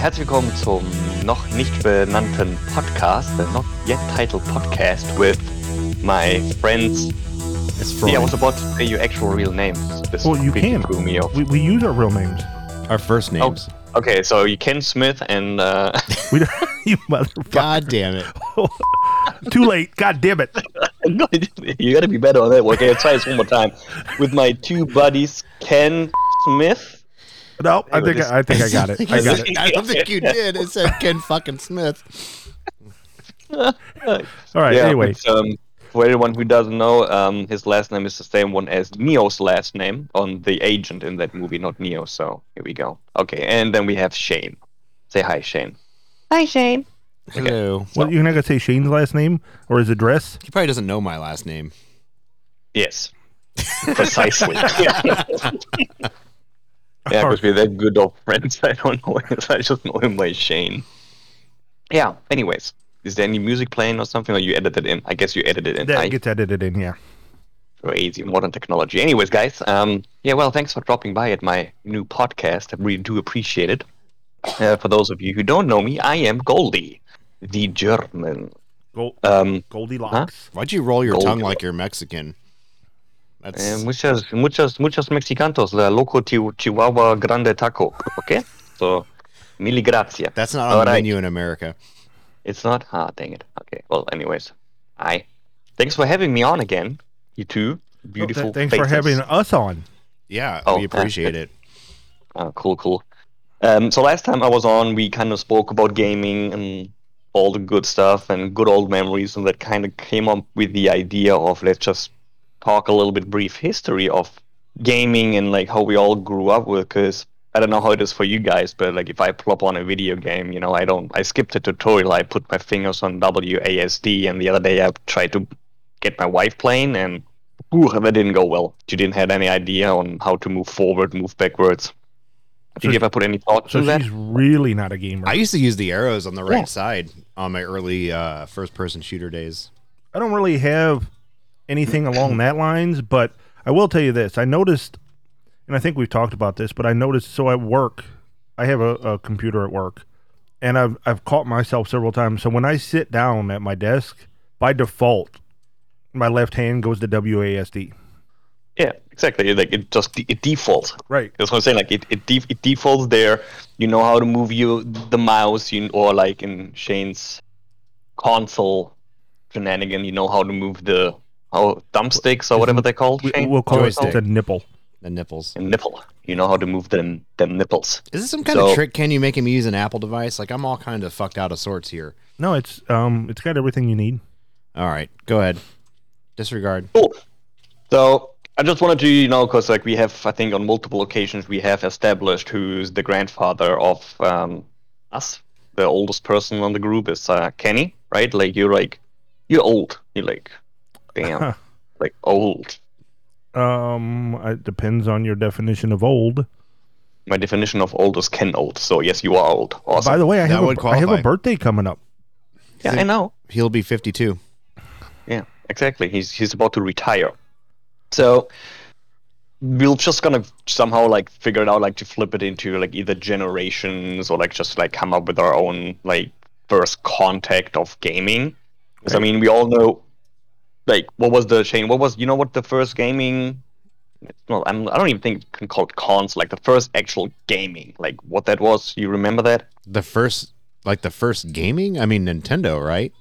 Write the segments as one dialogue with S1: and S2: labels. S1: herzlich willkommen zum noch nicht benannten Podcast, the not yet titled podcast with my friends.
S2: It's Freud.
S1: See, I was about to say your actual real names. This
S3: Well, you
S1: completely
S3: can.
S1: threw me off.
S3: We, we use our real names.
S2: Our first names.
S1: Okay, so you Ken Smith and uh,
S3: We don't, you motherfucker.
S2: God damn it.
S3: Too late. God damn it.
S1: you got to be better on that. one. Okay, let's try this one more time with my two buddies, Ken Smith.
S3: No, I
S1: Anyway,
S3: think
S1: this-
S3: I, I think I got it. I got it.
S2: I don't think you did. It said Ken fucking Smith.
S3: All right. anyway,
S1: but, um, for anyone who doesn't know, um, his last name is the same one as Neo's last name on the agent in that movie, not Neo. So here we go. Okay, and then we have Shane. Say hi, Shane. Hi, Shane.
S2: Hello.
S3: well, you're not gonna say Shane's last name or his address.
S2: He probably doesn't know my last name.
S1: Yes, precisely. yeah, because we're that good of friends. I don't know. him. I just know him by Shane. Yeah. Anyways, is there any music playing or something? Or you edited in? I guess you edited in.
S3: That
S1: I
S3: gets edited in. Yeah.
S1: crazy modern technology. Anyways, guys, um, yeah, well, thanks for dropping by at my new podcast. I really do appreciate it. Uh, for those of you who don't know me, I am Goldie, the German.
S3: Gold,
S1: Um,
S3: Goldilocks.
S2: Why'd you roll your
S1: Gold.
S2: tongue like you're Mexican? That's
S1: eh, muchas, muchas, muchos mexicanos, la loco chi- chihuahua grande taco. Okay, so mille grazie.
S2: that's not
S1: All
S2: on the
S1: right.
S2: menu in America.
S1: It's not. Ah, dang it. Okay. Well, anyways, I thanks for having me on again. You two
S3: Well, th-
S1: beautiful.
S3: thanks for
S1: faces.
S3: having us on.
S2: Yeah,
S1: Oh,
S2: we appreciate it.
S1: Oh, cool, cool. Um, so last time I was on, we kind of spoke about gaming and all the good stuff and good old memories, and that kind of came up with the idea of let's just talk a little bit brief history of gaming and like how we all grew up with. Because I don't know how it is for you guys, but like if I plop on a video game, you know, I don't, I skipped a tutorial, I put my fingers on WASD, and the other day I tried to get my wife playing, and ooh, that didn't go well. She didn't have any idea on how to move forward, move backwards. Did
S3: So-
S1: you ever put any thought
S3: So
S1: to that?
S3: she's really not a gamer.
S2: I
S3: I,
S2: used to use the arrows on the right
S1: Yeah.
S2: side on my early uh, first-person shooter days.
S3: don't really have anything along that lines, but I will tell you this. I noticed, and I think we've talked about this, but I noticed. So at work, I have a, a computer at work, and I've I've caught myself several times. So when I sit down at my desk, by default, my left hand goes to WASD.
S1: Yeah, exactly. Like it just it defaults.
S3: Right.
S1: That's what I'm saying. Like it it, def- it defaults there. You know how to move you the mouse, you, or like in Shane's console shenanigan, you know how to move the oh thumbsticks or whatever they're called. Shane?
S3: We'll call it
S2: Joystick.
S3: a nipple.
S2: The nipples.
S1: And nipple. You know how to move them them nipples.
S2: Is this some kind
S1: So-
S2: of trick? Can you make him use an Apple device? Like I'm all kind of fucked out of sorts here.
S3: No, it's um, it's got everything you need.
S2: All right, go ahead. Disregard.
S1: Cool. So I just wanted to, you know, because like we have, I think on multiple occasions we have established who's the grandfather of um, us. The oldest person on the group is uh, Kenny, right? Like you're like, you're old. You're like, damn, like old.
S3: Um, it depends on your definition of old.
S1: My definition of old is Ken old. So yes, you are old. Awesome.
S3: By the way, I
S2: That
S3: have,
S2: would
S3: a, I have a
S2: qualify.
S3: birthday coming up.
S1: yeah, I know.
S2: He'll be 52.
S1: Yeah, exactly. He's he's about to retire. So we're just gonna somehow like figure it out, like to flip it into like either generations or like just like come up with our own like first contact of gaming. Because I mean, we all know like what was the Shane? What was you know what the first gaming? Well, I'm, I don't even think you can call it cons. Like the first actual gaming, like what that was. You remember that?
S2: The first, like the first gaming? I mean, Nintendo, right?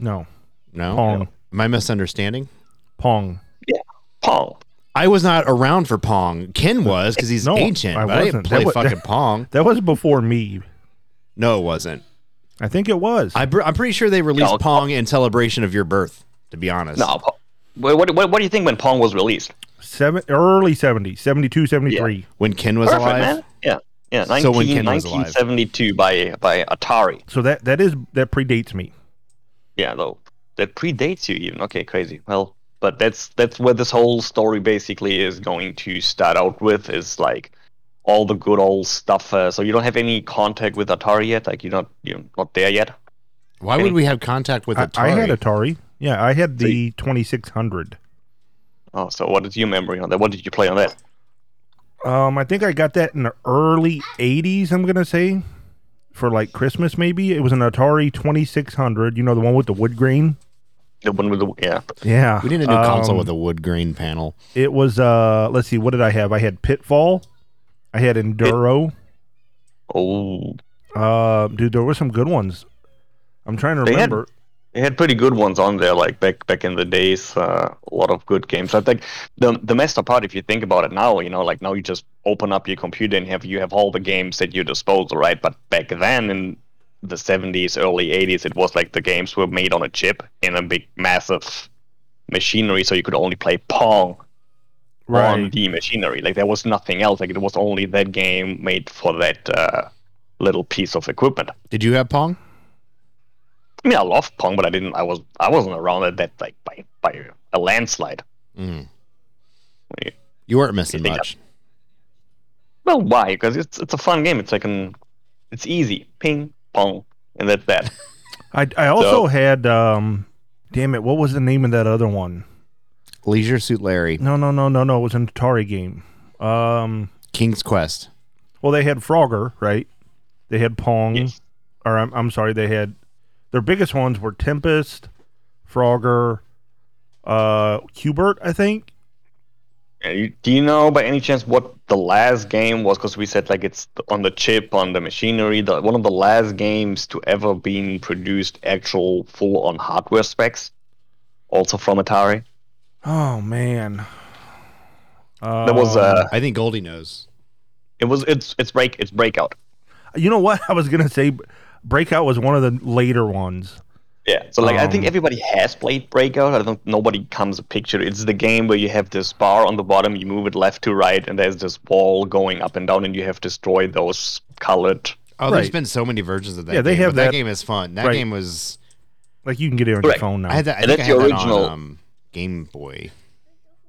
S3: No,
S2: No?
S3: Pong,
S2: Am I misunderstanding?
S3: Pong.
S1: Pong.
S2: I was not around for Pong. Ken was because he's
S3: No,
S2: ancient.
S3: I
S2: but I
S3: wasn't.
S2: didn't play
S3: That wa-
S2: fucking Pong.
S3: That was before me.
S2: No, it wasn't.
S3: I think it was.
S2: I br- I'm pretty sure they released
S1: No.
S2: Pong in celebration of your birth. To be honest,
S1: No. Pong. What, what, what do you think when Pong was released?
S3: Seven, early 70s, 72, 73.
S2: when Ken was
S1: Perfect,
S2: alive,
S1: man. Yeah. Yeah,
S2: So when
S1: 19,
S2: Ken was alive.
S1: 1972 by by Atari.
S3: So that that is that predates me.
S1: Yeah, though that predates you even. Okay, crazy. Well, but that's that's where this whole story basically is going to start out with is like all the good old stuff. Uh, so you don't have any contact with Atari yet. Like you're not you're not there yet.
S2: why would we have contact with
S3: I,
S2: Atari?
S3: I had Atari. Yeah, I had
S1: So
S3: the 2600.
S1: Oh, so what is your memory on that? What did you play on that?
S3: Um, I think I got that in the early 80s. I'm gonna say for like Christmas, maybe. It was an Atari 2600, you know, the one with the wood grain.
S1: The one with the yeah.
S3: Yeah.
S2: We need a new console
S3: Um,
S2: with a wood grain panel.
S3: It was, uh, let's see, what did I have? I had Pitfall, I had Enduro.
S1: Oh,
S3: Uh, dude, there were some good ones. I'm trying to
S1: They had-
S3: remember.
S1: they had pretty good ones on there, like back back in the days. Uh, a lot of good games. I think the the messed up part, if you think about it now, you know, like now you just open up your computer and have you have all the games at your disposal, right? But back then in the 70s, early 80s, it was like the games were made on a chip in a big, massive machinery, so you could only play Pong on the machinery. Like there was nothing else. Like it was only that game made for that uh, little piece of equipment.
S2: Did you have Pong?
S1: I mean, I love Pong, but I didn't. I was I wasn't around at that like by by a landslide.
S2: Mm.
S1: Yeah.
S2: You weren't missing
S1: Yeah.
S2: much.
S1: Well, why? Because it's it's a fun game. It's like an it's easy ping pong, and that's that.
S3: I, I also had, um, damn it, what was the name of that other one?
S2: Leisure Suit Larry,
S3: No, no, no, no, no. It was an Atari game. Um,
S2: King's Quest.
S3: well, they had Frogger, right? They had Pong,
S1: Yes.
S3: or I'm, I'm sorry, they had their biggest ones were Tempest, Frogger, uh, Cubert, I think.
S1: Uh, you- Do you know by any chance what the last game was? Because we said like it's th- on the chip, on the machinery. The one of the last games to ever been produced actual full on hardware specs, also from Atari.
S3: Oh man, uh,
S1: That was uh,
S2: I think Goldie knows.
S1: it was it's it's break it's breakout.
S3: You know what? I was gonna say, Breakout was one of the later ones.
S1: Yeah. So like I think
S3: Um,
S1: everybody has played Breakout. I don't nobody comes a picture. It's the game where you have this bar on the bottom, you move it left to right, and there's this wall going up and down, and you have to destroy those colored.
S2: Oh, there's
S3: Right.
S2: been so many versions of that.
S3: Yeah, they
S2: game,
S3: have
S2: but that,
S3: that-
S2: game is fun. That
S3: Right.
S2: game was.
S3: Like you can get it on your
S1: Correct.
S3: phone now.
S2: I had that. I
S1: And
S2: think I
S1: that's
S2: had
S1: the
S2: that on
S1: original.
S2: um, Game Boy.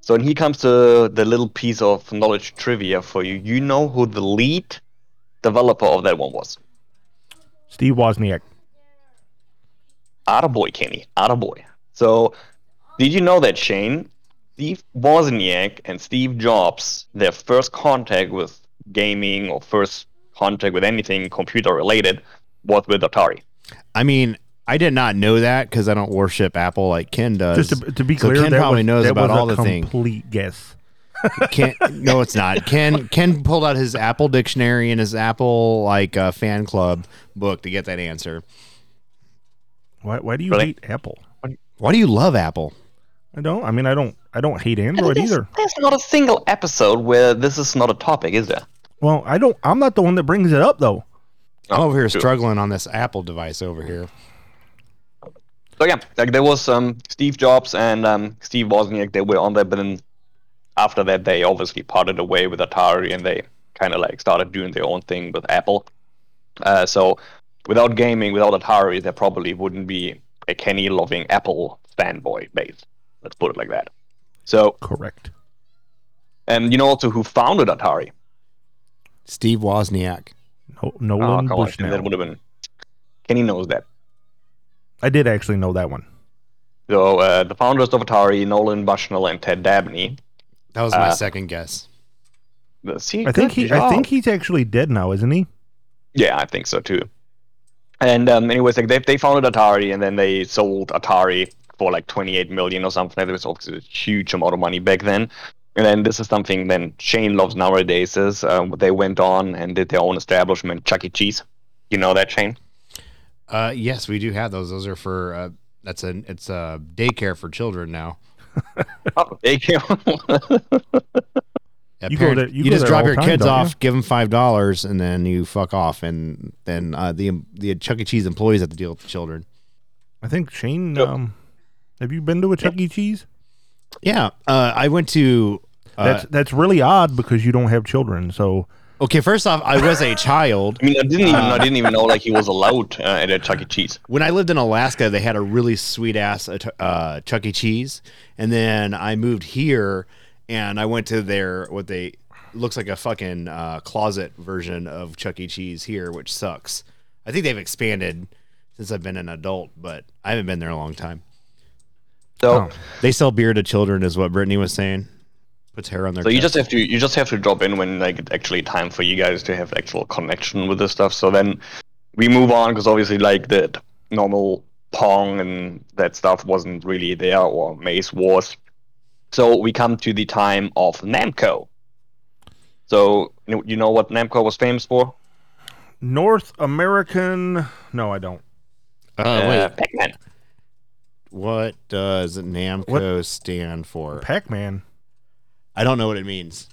S1: So when he comes to the little piece of knowledge trivia for you, you know who the lead developer of that one was.
S3: Steve Wozniak.
S1: Attaboy, Kenny. Attaboy. So did you know that Shane? Steve Wozniak and Steve Jobs, their first contact with gaming or first contact with anything computer related was with Atari.
S2: I mean, I did not know that because I don't worship Apple like Ken does.
S3: Just to, to be
S2: So
S3: clear,
S2: Ken
S3: that
S2: probably
S3: was,
S2: knows
S3: that
S2: about
S3: was
S2: all
S3: a
S2: the thing.
S3: complete guess.
S2: Ken, no, it's not. Ken Ken pulled out his Apple dictionary and his Apple like uh, fan club book to get that answer.
S3: Why, why do you
S1: Really?
S3: hate Apple?
S2: Why do you love Apple?
S3: I don't. I mean, I don't. I don't hate Android
S1: there's,
S3: either.
S1: there's not a single episode where this is not a topic, is there?
S3: Well, I don't. I'm not the one that brings it up though.
S2: I'm over here
S1: true.
S2: struggling on this Apple device over here.
S1: So yeah, like there was um, Steve Jobs and um, Steve Wozniak. They were on there, but then after that, they obviously parted away with Atari, and they kind of like started doing their own thing with Apple. Uh, so without gaming, without Atari, there probably wouldn't be a Kenny loving Apple fanboy base. Let's put it like that. So,
S3: Correct.
S1: and you know also who founded Atari? Ah,
S2: Steve Wozniak.
S3: No,
S1: Oh,
S3: Nolan
S1: come on,
S3: Bushnell.
S1: that would have been Kenny knows that.
S3: I did actually know that one.
S1: So uh, the founders of Atari, Nolan Bushnell and Ted Dabney.
S2: That was my
S1: Uh,
S2: second guess.
S1: Uh, See,
S3: I think
S1: good
S3: he. I think
S1: job.
S3: he's actually dead now, isn't he?
S1: Yeah, I think so too. And um, anyways, like they they founded Atari, and then they sold Atari for like 28 million or something. Like that It was obviously a huge amount of money back then. And then this is something then Shane loves nowadays. Is um, they went on and did their own establishment, Chuck E. Cheese. You know that Shane?
S2: Uh, yes, we do have those. Those are for uh, that's an it's a daycare for children now.
S1: Oh, there you go.
S2: Yeah,
S3: You go there- you go
S2: just
S3: there
S2: drop
S3: all
S2: your
S3: the time,
S2: kids
S3: don't
S2: off, give them five dollars, and then you fuck off, and then uh, the the Chuck E. Cheese employees have to deal with the children.
S3: I think Shane.
S1: Nope.
S3: Um, have you been to a Chuck E. Cheese?
S2: Yeah, uh, I went to. Uh,
S3: That's that's really odd because you don't have children. So
S2: okay, first off, I was a child.
S1: I mean, I didn't even I didn't even know like he was allowed uh, at a Chuck E. Cheese.
S2: When I lived in Alaska, they had a really sweet ass uh, t- uh, Chuck E. Cheese, and then I moved here, and I went to their what they looks like a fucking uh, closet version of Chuck E. Cheese here, which sucks. I think they've expanded since I've been an adult, but I haven't been there in a long time.
S1: So.
S3: Oh.
S2: They sell beer to children, is what Brittany was saying. Puts hair on their.
S1: So you
S2: chest.
S1: just have to you just have to drop in when like it's actually time for you guys to have actual connection with this stuff. So then we move on because obviously, like the normal Pong and that stuff wasn't really there, or Maze Wars. So we come to the time of Namco. So you know- you know what Namco was famous for?
S3: North American. No, I don't.
S2: Uh,
S1: Uh,
S2: wait,
S1: Pac-Man.
S2: what does Namco stand for?
S3: Pac-Man.
S2: I don't know what it means.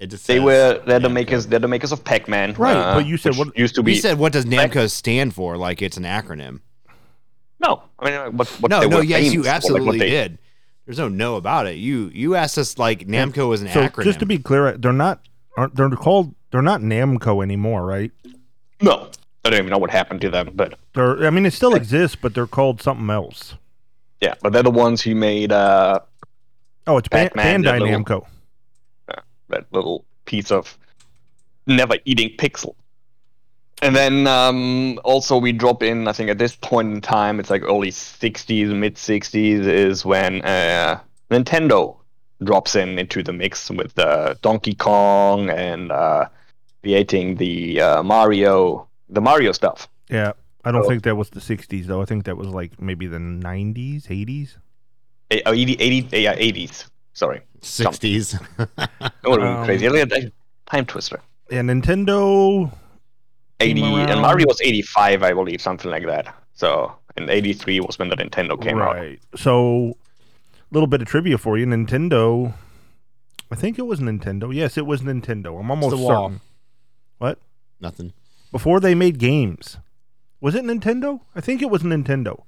S2: It just
S1: They
S2: says
S1: were they're the
S2: Uh, Namco.
S1: makers they're the makers of Pac-Man.
S3: Right,
S1: uh,
S3: but you said
S1: which
S3: what-
S1: used to
S2: We
S1: be
S2: said, "What does Namco stand for?" Like it's an acronym.
S1: no. I mean, what, what
S2: no,
S1: they
S2: no,
S1: were
S2: yes,
S1: famous
S2: you
S1: for, like, what
S2: absolutely
S1: they-
S2: did. There's no no about it. You you asked us like Namco was an
S3: so
S2: acronym.
S3: just to be clear, they're not. Aren't they're called? They're not Namco anymore, right?
S1: No, I don't even know what happened to them, but
S3: They're. I mean, it still exists, but they're called something else.
S1: yeah, but they're the ones who made uh,
S3: Oh, it's Ban-
S1: Pac-Man,
S3: Bandai
S1: that little-
S3: Namco.
S1: that little piece of never eating pixel. And then um, also we drop in. I think at this point in time, it's like early '60s, mid '60s is when uh, Nintendo drops in into the mix with uh, Donkey Kong and uh, creating the uh, Mario, the Mario stuff.
S3: Yeah, I don't
S1: Oh.
S3: think that was the '60s though. I think that was like maybe the '90s, '80s.
S1: Eh, oh, 80, 80, yeah, 80s. Sorry,
S2: sixties.
S1: that would have been
S3: Um,
S1: crazy. Look at that Time twister.
S3: Yeah, Nintendo.
S1: 80
S3: around-
S1: and Mario was 85 I believe something like that so and 83 was when the Nintendo came out
S3: right. So, a little bit of trivia for you. Nintendo. I think it was Nintendo. Yes, it was Nintendo. I'm almost
S2: the wall.
S3: certain. What?
S2: Nothing.
S3: Before they made games, was it Nintendo? I think it was Nintendo.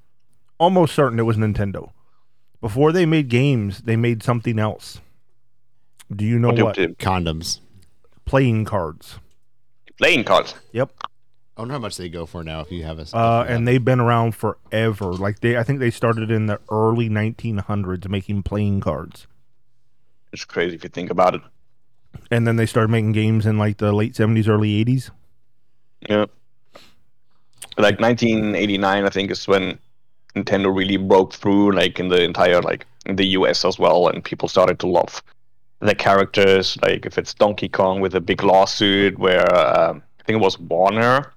S3: Almost certain it was Nintendo. Before they made games, they made something else. Do you know
S1: What
S3: what?
S1: do- do-
S2: Condoms.
S3: Playing cards.
S1: playing cards
S3: Yep.
S2: I wonder how much they go for now if you have a.
S3: Uh, and they've been around forever. Like they, I think they started in the early 1900s making playing cards,
S1: it's crazy if you think about it
S3: and then they started making games in like the late 70s, early 80s.
S1: yeah like 1989 I think is when Nintendo really broke through like in the entire like in the US as well and people started to love the characters like if it's Donkey Kong with a big lawsuit where um, I think it was Warner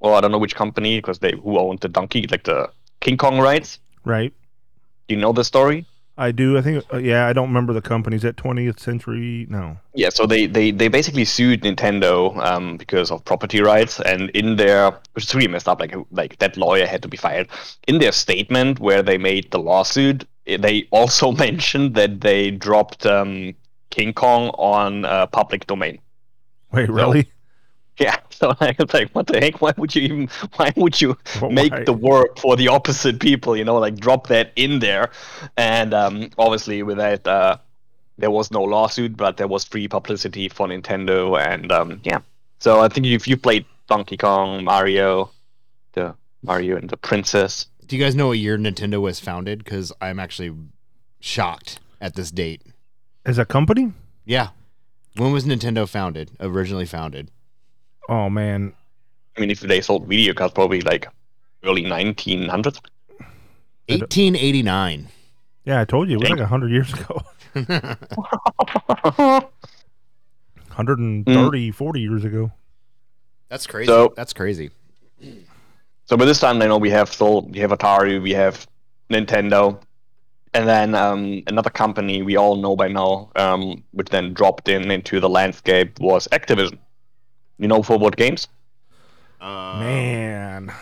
S1: well I don't know which company because they who owned the Donkey like the King Kong rights
S3: Right.
S1: do you know the story
S3: I do. I think. Uh, yeah, I don't remember the companies at 20th Century. No.
S1: Yeah, so they, they, they basically sued Nintendo um, because of property rights, and in their which is really messed up. Like like that lawyer had to be fired. In their statement where they made the lawsuit, eh, they also mentioned that they dropped um, King Kong on uh, public domain.
S3: Wait,
S1: No.
S3: really?
S1: Yeah, so I was like, what the heck? Why would you even? Why would you
S3: Why-
S1: make the word for the opposite people? You know, like drop that in there, and um, obviously with that, uh, there was no lawsuit, but there was free publicity for Nintendo, and um, yeah. So I think if you played Donkey Kong, Mario, the Mario and the Princess,
S2: Do you guys know what year Nintendo was founded? Because I'm actually shocked at this date.
S3: as a company?
S2: Yeah. When was Nintendo founded? Originally founded.
S3: Oh man,
S1: I mean, if they sold video cards, probably like early 1900s.
S3: I don't-
S2: 1889.
S3: yeah, I told you it was
S1: Dang.
S3: like 100 years ago, Hundred and
S1: Mm.
S3: thirty, forty years ago.
S2: That's crazy.
S1: So-
S2: That's crazy.
S1: So by this time, I know we have Sol, we have Atari, we have Nintendo, and then um, another company we all know by now, um, which then dropped in into the landscape was Activision. You know for what games?
S2: Uh,
S3: Man,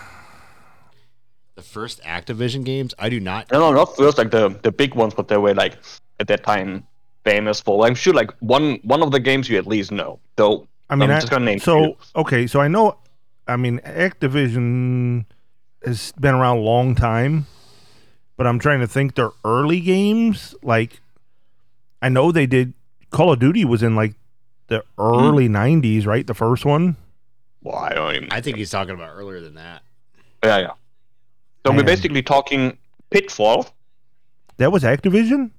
S2: The first Activision games? I do not.
S1: No, no, not first like the the big ones, but they were like at that time famous for. I'm sure like one one of the games you at least know. So
S3: I mean,
S1: I'm
S3: I-
S1: just gonna name
S3: so
S1: two.
S3: okay, so I know. I mean, Activision has been around a long time, but I'm trying to think their early games. Like, I know they did Call of Duty was in like the early '90s, right? The first one.
S1: well, I don't even.
S2: I think he's talking about earlier than that.
S1: yeah, yeah. So we're
S3: Man.
S1: basically talking Pitfall,
S3: That was Activision.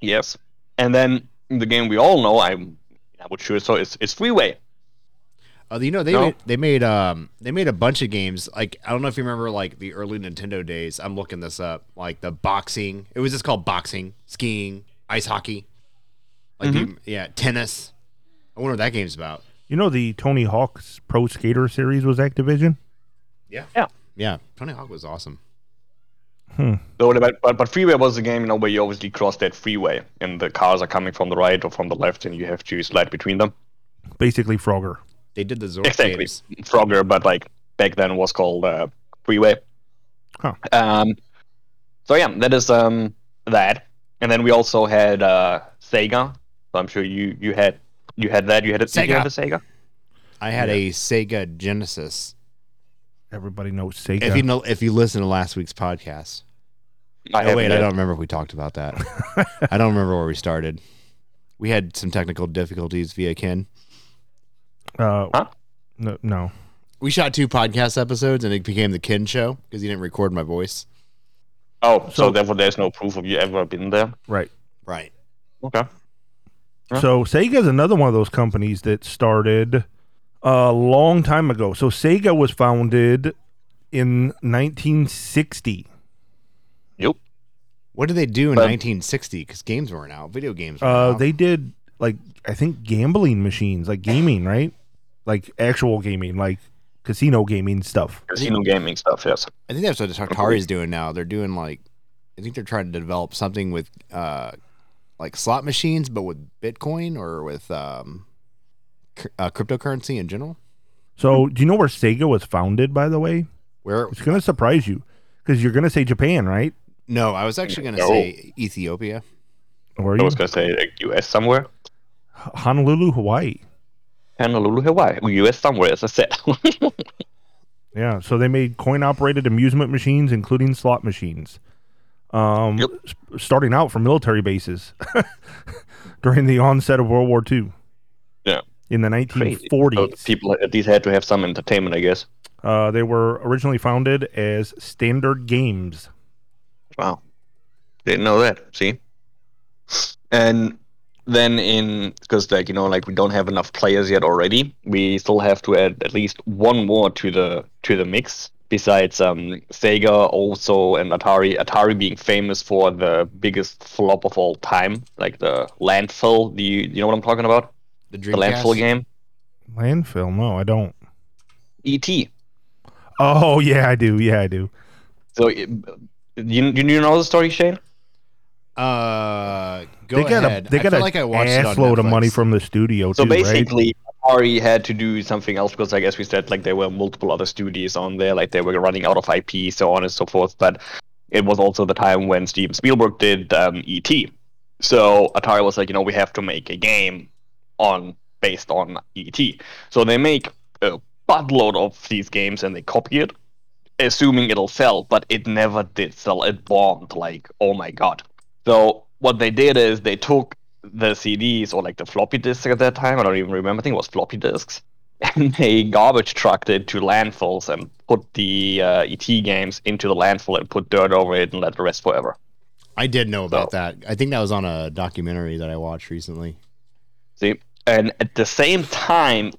S1: Yes. And then the game we all know, I'm I would sure so it's it's freeway.
S2: Uh, you know they
S1: No.
S2: made, they made um they made a bunch of games. Like I don't know if you remember like the early Nintendo days. I'm looking this up. Like the boxing. It was just called boxing, skiing, ice hockey. Like
S1: Mm-hmm.
S2: you- yeah, tennis. I wonder what that game's about.
S3: You know the Tony Hawk's Pro Skater series was Activision.
S2: Yeah.
S1: Yeah.
S2: Yeah. Tony Hawk was awesome.
S1: So, but, but but freeway was a game, you know, where you obviously cross that freeway and the cars are coming from the right or from the left, and you have to slide between them.
S3: Basically, Frogger.
S2: They did the Zork
S1: Exactly.
S2: games.
S1: Frogger, but like back then was called uh, Freeway.
S3: Huh.
S1: Um, so yeah, that is um that, and then we also had uh, Sega. So I'm sure you you had you had that. You had a Did you
S2: Sega.
S1: have a Sega.
S2: I had a Sega Genesis.
S3: Everybody knows Sega.
S2: If you know, if you listen to last week's podcast,
S1: I
S2: oh
S1: haven't
S2: wait, I
S1: yet.
S2: don't remember if we talked about that. I don't remember where we started. We had some technical difficulties via Ken.
S3: uh,
S1: Huh?
S3: no, no.
S2: We shot two podcast episodes, and it became the Ken Show because he didn't record my voice.
S1: Oh, so,
S3: So-
S1: therefore, there's no proof of you ever been there.
S3: Right.
S2: Right.
S1: Okay. Huh?
S3: So Sega's another one of those companies that started a long time ago. So Sega was founded in 1960.
S1: Yep.
S2: What did they do in
S1: Um,
S2: 1960? Because games weren't out, video games. Weren't
S3: Uh,
S2: out.
S3: They did like I think gambling machines, like gaming, right? Like actual gaming, like casino gaming stuff.
S1: Casino gaming stuff. Yes.
S2: I think that's what Atari's doing now. They're doing like, I think they're trying to develop something with, uh, like slot machines, but with Bitcoin or with um, cr- uh, cryptocurrency in general.
S1: Hmm.
S3: So do you know where Sega was founded? By the way,
S2: Where
S3: it's gonna surprise you because you're gonna say Japan, right?
S2: no, I was actually gonna
S1: No.
S2: say Ethiopia.
S3: Or are
S1: I
S3: you
S1: was gonna say like, U.S. somewhere.
S3: Honolulu, Hawaii?
S1: Honolulu, Hawaii. U.S. somewhere, as I said.
S3: Yeah, so they made coin-operated amusement machines, including slot machines. Um,
S1: Yep.
S3: s- starting out from military bases during the onset of World War II.
S1: Yeah.
S3: in the
S1: Crazy.
S3: 1940s,
S1: So the people at least had to have some entertainment, I guess.
S3: uh, they were originally founded as Standard Games.
S1: Wow. Didn't know that. See? And then in because like you know like we don't have enough players yet already we still have to add at least one more to the to the mix besides um sega also and atari atari being famous for the biggest flop of all time like the landfill do you, you know what i'm talking about
S2: The
S1: the landfill
S2: Dreamcast.
S1: game E
S3: Landfill? No, I don't.
S1: et
S3: Oh yeah, I do. Yeah, I do.
S1: so it- you, you you know the story shane
S2: Uh, go
S3: They got
S2: ahead.
S3: a they
S2: I
S3: got
S2: feel
S3: a
S2: like I watched it on
S3: assload of money
S2: Netflix.
S3: from the studio
S1: So
S3: too, right?
S1: basically, Atari had to do something else because I guess we said like there were multiple other studios on there, like they were running out of IP, so on and so forth. But it was also the time when Steven Spielberg did um, ET. So Atari was like, you know, we have to make a game on based on ET. So they make a buttload of these games and they copy it, assuming it'll sell. But it never did sell. It bombed like oh my god. So what they did is they took the CDs or like the floppy disks at that time. I don't even remember. I think it was floppy disks. And they garbage trucked it to landfills and put the uh, ET games into the landfill and put dirt over it and let it rest forever.
S2: I did know about
S1: Oh.
S2: that. I think that was on a documentary that I watched recently.
S1: See, and at the same time,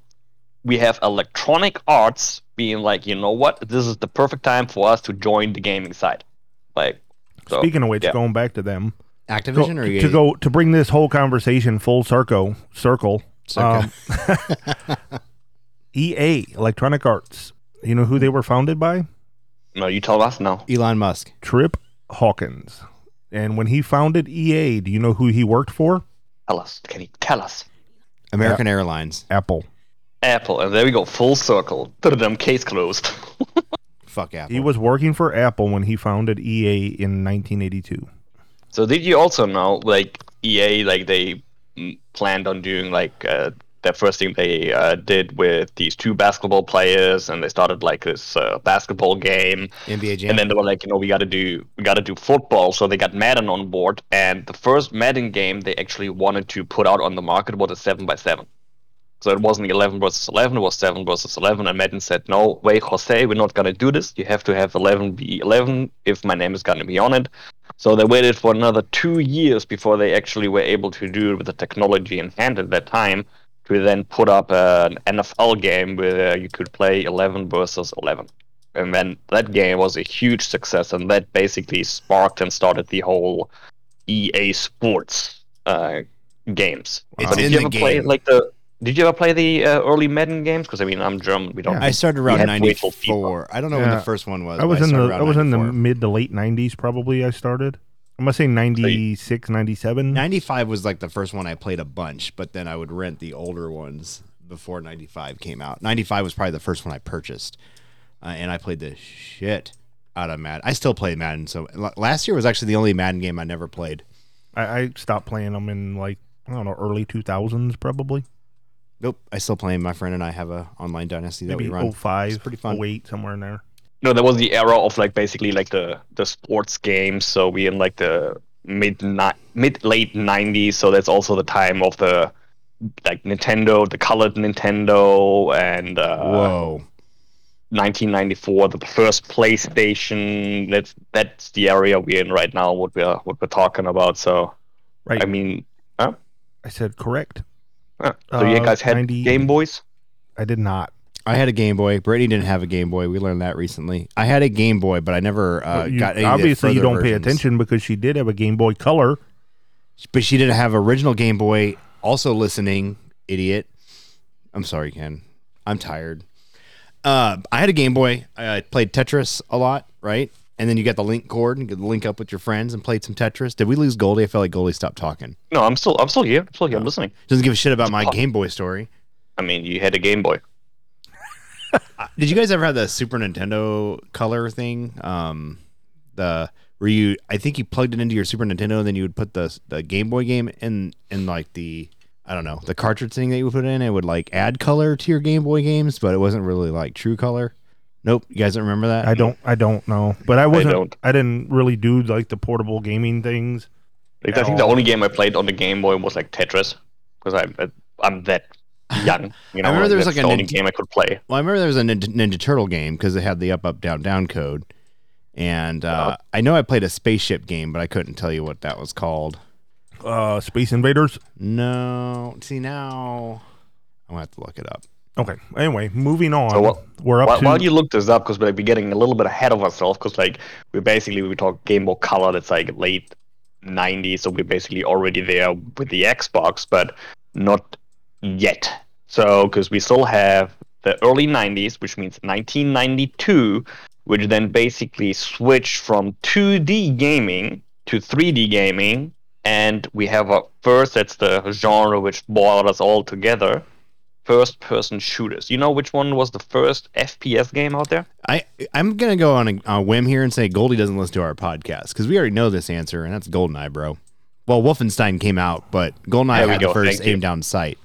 S1: we have Electronic Arts being like, you know what? This is the perfect time for us to join the gaming side. Like, so,
S3: Speaking of which,
S1: yeah.
S3: going back to them, go-
S2: Activision or E
S3: to,
S2: EA?
S3: to go to bring this whole conversation full circle, circle.
S2: Circa.
S3: Um, EA, Electronic Arts. You know who they were founded by?
S1: no, you tell us now.
S2: Elon Musk.
S3: Trip Hawkins. And when he founded EA, do you know who he worked for?
S1: Tell us. Can you tell us?
S2: American Airlines.
S3: Apple.
S1: Apple, and there we go, full circle. Them case closed.
S2: Fuck Apple.
S3: He was working for Apple when he founded EA in 1982.
S1: So did you also know, like EA, like they mm, planned on doing like uh, their first thing they uh, did with these two basketball players, and they started like this uh, basketball game,
S2: NBA Jam.
S1: and then they were like, you know, we got to do we got to do football, so they got Madden on board, and the first Madden game they actually wanted to put out on the market was a seven by seven. So it wasn't 11 versus 11, it was 7 versus 11. And Madden said, no, wait, Jose, we're not going to do this. You have to have 11 be 11 if my name is going to be on it. So they waited for another two years before they actually were able to do it with the technology in hand at that time to then put up an NFL game where you could play 11 versus 11. And then that game was a huge success, and that basically sparked and started the whole EA Sports uh, games.
S2: It's
S1: But if
S2: in
S1: you
S2: the
S1: ever play
S2: game.
S1: like the Did you ever play the uh, early Madden games? Because I mean, I'm German. We don't.
S3: Yeah.
S1: Yeah.
S2: I started around
S1: You had to wait till
S2: '94. I don't know when
S3: Yeah.
S2: the first one was.
S3: I was
S2: but
S3: in
S2: started
S3: the
S2: around
S3: I was in the
S2: 94.
S3: mid to late 90s probably I started. I'm going to say 96, 97.
S2: 95 was like the first one I played a bunch, but then I would rent the older ones before 95 came out. 95 was probably the first one I purchased, uh, and I played the shit out of Madden. I still play Madden. So l- last year was actually the only Madden game I never played.
S3: I, I stopped playing them in like I don't know early 2000s probably.
S2: Nope, I still play 'em. My friend and I have a online dynasty that
S3: Maybe oh,
S2: we run.
S3: 05,
S2: It's pretty fun.
S3: 08 somewhere in there.
S1: No, that was the era of like basically like the the sports games. So we in like the mid ni- mid late '90s. So that's also the time of the like Nintendo, the colored Nintendo, and uh,
S2: Whoa.
S1: 1994, the first PlayStation. That's that's the area we're in right now. What we're what we're talking about. So
S3: Right.
S1: I mean,
S3: I said correct.
S1: uh, so you
S3: Uh,
S1: guys had
S3: 90
S1: Game Boys.
S3: I did not.
S2: I had a Game Boy. Brittany didn't have a Game Boy. We learned that recently. I had a Game Boy, but I never uh,
S3: But you-
S2: got any of the
S3: obviously you
S2: further
S3: don't pay
S2: versions.
S3: attention because she did have a Game Boy Color.
S2: But she didn't have original Game Boy. Also listening, idiot. I'm sorry, Ken. I'm tired. Uh, I had a Game Boy. I uh, played Tetris a lot, right? And then you got the link cord and you could link up with your friends and played some Tetris. Did we lose Goldie? I felt like Goldie stopped talking.
S1: No, I'm still I'm still here. I'm still here. I'm listening.
S2: Doesn't give a shit about my
S1: Oh.
S2: Game Boy story.
S1: I mean, you had a Game Boy.
S2: Uh, Did you guys ever have the Super Nintendo color thing? Um, the where you, I think you plugged it into your Super Nintendo, and then you would put the the Game Boy game in in like the I don't know the cartridge thing that you would put in. It would like add color to your Game Boy games, but it wasn't really like true color. Nope, you guys don't remember that.
S3: I don't I don't know, but I wasn't. I,
S1: don't.
S3: didn't really do like the portable gaming things.
S1: Like, I
S3: At
S1: think the
S3: all.
S1: only game I played on the Game Boy was like Tetris because I'm I'm that young. You know,
S2: I remember there was,
S1: that's
S2: like, a
S1: the only
S2: Nint-
S1: game I could play.
S2: Well, I remember there was a Nin- Ninja Turtle game because it had the up, up, down, down code, and uh, I know I played a spaceship game, but I couldn't tell you what that was called.
S3: Uh, Space Invaders.
S2: No, see now, I'm gonna have to look it up.
S3: Okay. Anyway, moving on.
S1: So what-
S3: We're up
S1: While,
S3: to
S1: while you look this up, because we're, like, we're getting a little bit ahead of ourselves, because like we're basically we talk Game Boy Color that's like late '90s, so we're basically already there with the Xbox, but not yet. So because we still have the early '90s, which means 1992, which then basically switched from 2D gaming to 3D gaming, and we have our first that's the genre which brought us all together first person shooters. You know which one was the first FPS game out there?
S2: I I'm gonna go on a, a whim here and say Goldie doesn't listen to our podcast because we already know this answer, and that's Goldeneye, bro. Well, Wolfenstein came out, but Goldeneye
S1: There we
S2: had the
S1: go,
S2: first
S1: thank you.
S2: aim down sight.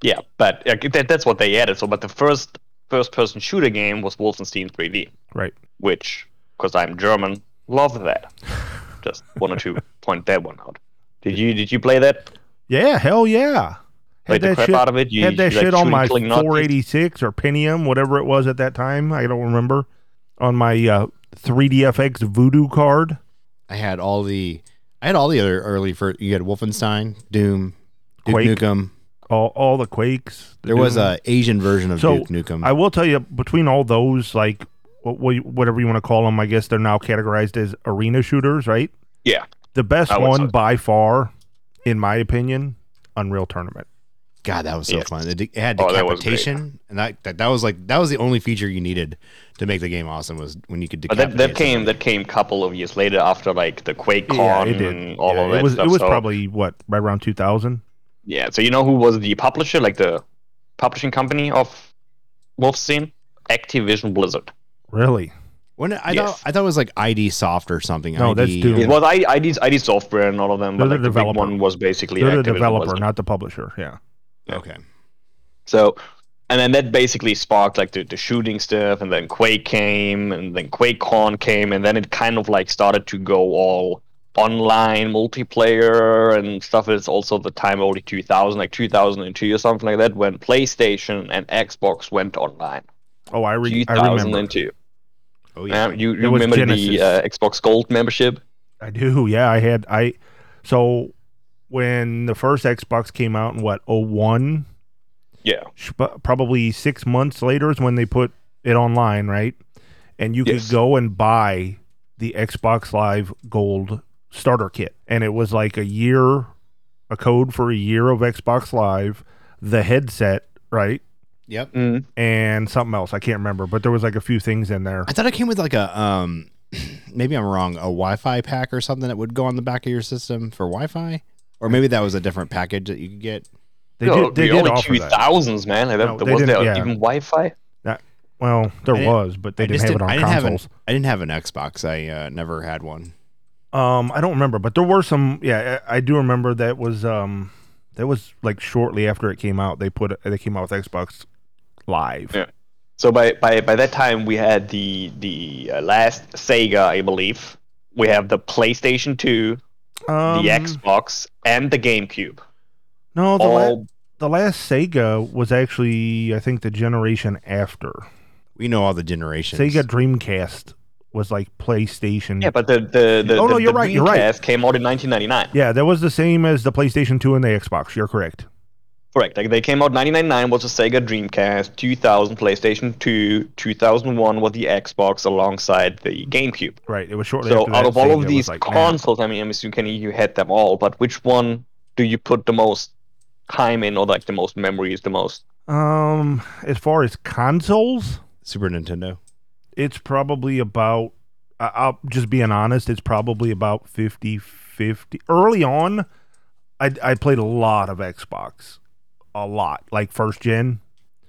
S1: Yeah, but uh, that, that's what they added. So, but the first first person shooter game was Wolfenstein 3D,
S3: right.
S1: which, because I'm German, love that. Just wanted to point that one out. Did you did you play that?
S3: Yeah. Hell yeah.
S1: Played the crap
S3: shit,
S1: out of it. You
S3: had that
S1: you, like,
S3: shit on
S1: shooting,
S3: my
S1: killing Nazis?
S3: 486 or Pentium, whatever it was at that time. I don't remember. On my uh, 3DFX Voodoo card.
S2: I had all the I had all the other early for you had Wolfenstein, Doom, Duke
S3: Quake.
S2: Nukem.
S3: all, all the quakes.
S2: There was a Asian version of
S3: So,
S2: Duke Nukem.
S3: I will tell you between all those, like what, what, whatever you want to call them, I guess they're now categorized as arena shooters, right?
S1: Yeah.
S3: The best
S1: I would
S3: one
S1: say.
S3: by far, in my opinion, Unreal Tournament.
S2: God, that was so
S1: Yes.
S2: fun. It, it had
S1: Oh, that was great.
S2: decapitation, and that, that that was like that was the only feature you needed to make the game awesome was when you could
S1: But
S2: decapitate.
S1: Oh, that, that
S2: somebody.
S1: came that came couple of years later after like the QuakeCon and all
S3: Yeah,
S1: of that
S3: it was
S1: stuff.
S3: it was
S1: so-
S3: probably what right around 2000.
S1: Yeah, so you know who was the publisher, like the publishing company of Wolfenstein? Activision Blizzard.
S3: Really?
S2: When I
S1: Yes.
S2: thought I thought it was like ID Soft or something.
S3: No, that's
S2: ID
S3: Doom.
S1: It was I, ID, ID Software and all of them, but
S3: They're
S1: like the
S3: the
S1: big
S3: developer.
S1: one was basically
S3: They're the
S1: Activision
S3: developer,
S1: Blizzard.
S3: not the publisher. Yeah.
S2: Okay.
S1: So, and then that basically sparked like the, the shooting stuff, and then Quake came, and then QuakeCon came, and then it kind of like started to go all online multiplayer and stuff. It's also the time early 2000, like 2002 or something like that, when PlayStation and Xbox went online.
S3: Oh, I, re- I remember.
S1: 2002.
S2: Oh yeah.
S1: Yeah, you, you
S3: was
S1: remember
S3: Genesis.
S1: the uh, Xbox Gold membership?
S3: I do. Yeah, I had I. So when the first Xbox came out in what 01,
S1: Yeah.
S3: sh- probably six months later is when they put it online, right? And you
S1: Yes.
S3: could go and buy the Xbox Live Gold starter kit, and it was like a year, a code for a year of Xbox Live. the headset, right?
S2: Yep.
S1: Mm.
S3: And something else I can't remember, but there was like a few things in there.
S2: I thought it came with like a um maybe I'm wrong, a Wi-Fi pack or something that would go on the back of your system for Wi-Fi? Or maybe that was a different package that you could get.
S3: They
S1: Yo,
S3: did. They
S1: the
S3: did
S1: early
S3: offer that.
S1: 2000s, man. I
S3: No,
S1: bet there
S3: they
S1: was
S3: didn't-
S1: there
S3: yeah.
S1: even Wi-Fi.
S3: Well,
S2: I
S3: there
S2: didn't-
S3: was, but they
S2: I
S3: didn't
S2: just
S3: have it on
S2: I didn't have an-
S3: consoles.
S2: I didn't have an Xbox. I uh, never had one.
S3: Um, I don't remember, but there were some. Yeah, I, I do remember that was um, that was like shortly after it came out. They put they came out with Xbox Live.
S1: Yeah. So by, by, by that time, we had the the uh, last Sega, I believe. We have the PlayStation 2,
S3: Um,
S1: the Xbox, and the GameCube.
S3: No, the, la-
S1: All
S3: the last Sega was actually I think the generation after
S2: We know all the generations.
S3: Sega Dreamcast was like PlayStation.
S1: yeah, but the the the,
S3: Oh,
S1: the,
S3: no, you're
S1: the
S3: right, you're right.
S1: Dreamcast came out in 1999.
S3: Yeah, that was the same as the PlayStation 2 and the Xbox. You're correct.
S1: Correct. Like they came out 1999 was the Sega Dreamcast, 2000 PlayStation 2, 2001 was the Xbox alongside the GameCube.
S3: Right. It was shortly
S1: So
S3: after
S1: out
S3: that
S1: of all
S3: Sega was
S1: of these
S3: like, nah.
S1: consoles, I mean, I'm assuming Kenny, you had them all, but which one do you put the most time in, or like the most memories, the most?
S3: Um, as far as consoles,
S2: Super Nintendo.
S3: it's probably about I- I'll just being honest, it's probably about 50 50. Early on, I I played a lot of Xbox. A lot, like first gen.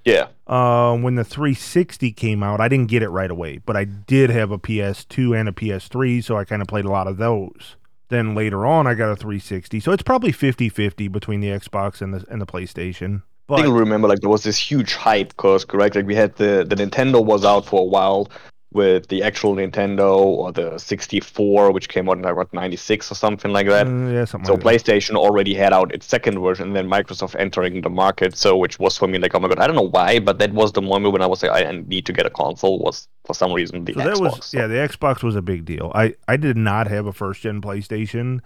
S1: Yeah.
S3: Uh, when the 360 came out, I didn't get it right away, but I did have a PS2 and a PS3, so I kind of played a lot of those. Then later on, I got a 360, so it's probably 50 50 between the Xbox and the, and the PlayStation.
S1: I think
S3: But
S1: I remember like there was this huge hype because correct like we had the the Nintendo was out for a while with the actual Nintendo or the 64 which came out in like what 96 or something like that.
S3: Uh, yeah, something
S1: So
S3: like that.
S1: PlayStation already had out its second version, and then Microsoft entering the market. So which was for me like, oh my god, I don't know why, but that was the moment when I was like, I I need to get a console. Was for some reason the
S3: So
S1: Xbox.
S3: that was yeah, the Xbox was a big deal. I I did not have a first gen PlayStation.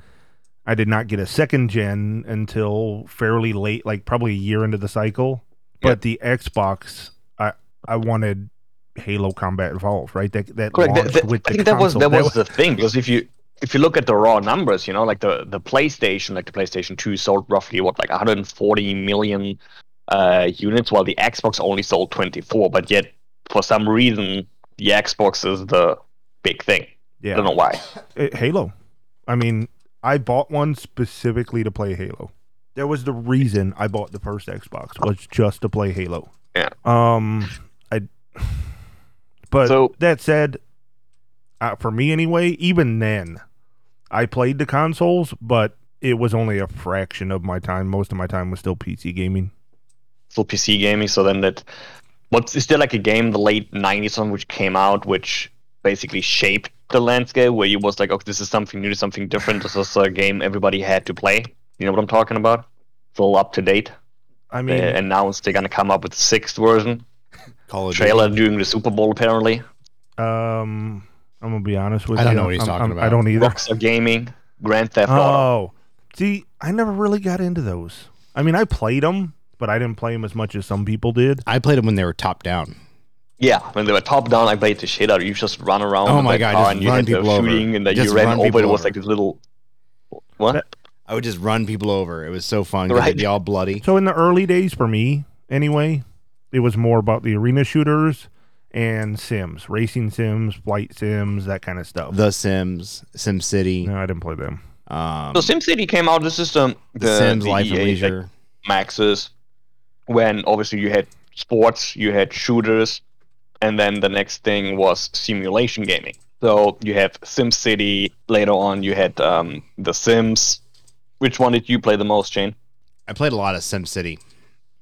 S3: I did not get a second gen until fairly late, like probably a year into the cycle. But the Xbox, I I wanted Halo Combat Evolved, right? That that
S1: Correct. that-
S3: launched
S1: that-
S3: with
S1: I
S3: the
S1: think that was
S3: console.
S1: that was the thing because if you if you look at the raw numbers, you know, like the the PlayStation, like the PlayStation Two sold roughly what like 140 million uh, units, while the Xbox only sold 24. But yet, for some reason, the Xbox is the big thing. I don't
S3: yeah
S1: know why.
S3: Uh, Halo. I mean, I bought one specifically to play Halo. That was the reason I bought the first Xbox was just to play Halo.
S1: Yeah.
S3: Um, I. But
S1: So-
S3: that said, uh, for me anyway, even then, I played the consoles, but it was only a fraction of my time. Most of my time was still PC gaming.
S1: full PC gaming. So then that, what's is there like a game the late '90s one which came out which basically shaped the landscape where you was like, oh, this is something new, something different. This is a game everybody had to play. You know what I'm talking about? It's all up to date.
S3: I mean,
S1: They announced they're gonna come up with the sixth version.
S2: Call of Duty.
S1: Trailer during the Super Bowl apparently.
S3: um, I'm gonna be honest with
S2: I
S3: you.
S2: don't know what he's
S3: I'm-
S2: talking
S3: I'm- I
S2: about.
S3: don't either.
S1: Rockstar Gaming, Grand Theft Auto.
S3: Oh, see, I never really got into those. I mean, I played them, but I didn't play them as much as some people did.
S2: I played them when they were top down.
S1: Yeah, when they were top down, I played the shit out. of You You just run around.
S2: Oh
S1: with
S2: my
S1: that
S2: God,
S1: car
S2: just
S1: and you
S2: run
S1: had the
S2: people over.
S1: shooting, and then
S2: Just
S1: you ran
S2: run
S1: over.
S2: people
S1: It was
S2: over.
S1: like this little what?
S3: That-
S2: I would just run people over. It was so fun. 'cause
S1: Right.
S2: They'd be all bloody.
S3: So in the early days, for me anyway, it was more about the arena shooters and sims, racing sims, flight sims, that kind of stuff.
S2: The Sims, Sim City,
S3: no, I didn't play them.
S2: um,
S1: So SimCity came out. This is um, the,
S2: The Sims,
S1: the
S2: Life and
S1: EA, like,
S2: Leisure.
S1: maxes when obviously you had sports, you had shooters, and then the next thing was simulation gaming. So you have SimCity. Later on, you had um, The Sims. Which one did you play the most, Shane?
S2: I played a lot of Sim City.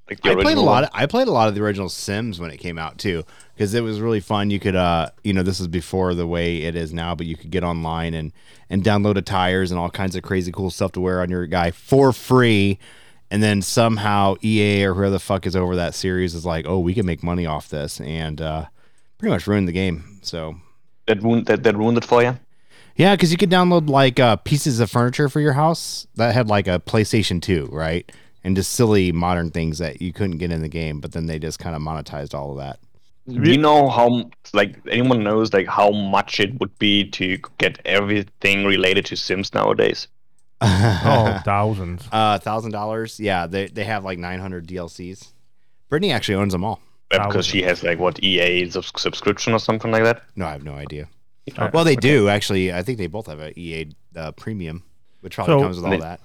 S1: Like the
S2: I played a
S1: original
S2: lot.
S1: one?
S2: Of, I played a lot of the original Sims when it came out too, because it was really fun. You could, uh, you know, this was before the way it is now, but you could get online and and download attires and all kinds of crazy cool stuff to wear on your guy for free. And then somehow EA or whoever the fuck is over that series is like, oh, we can make money off this, and uh, pretty much ruined the game. So
S1: that ruined that, that ruined it for you.
S2: Yeah, because you could download like uh, pieces of furniture for your house that had like a PlayStation 2, right? And just silly modern things that you couldn't get in the game, but then they just kind of monetized all of that.
S1: Do you know how m- like anyone knows like how much it would be to get everything related to Sims nowadays?
S3: Oh, thousands.
S2: Uh, thousand dollars. Yeah, they they have like nine hundred DLCs. Brittany actually owns them all.
S1: because she has like what EA subs- subscription or something like that.
S2: No, I have no idea.
S3: Alright,
S2: well, they do actually. I think they both have a EA uh, premium, which probably
S3: So-
S2: comes with all
S1: They-
S2: that.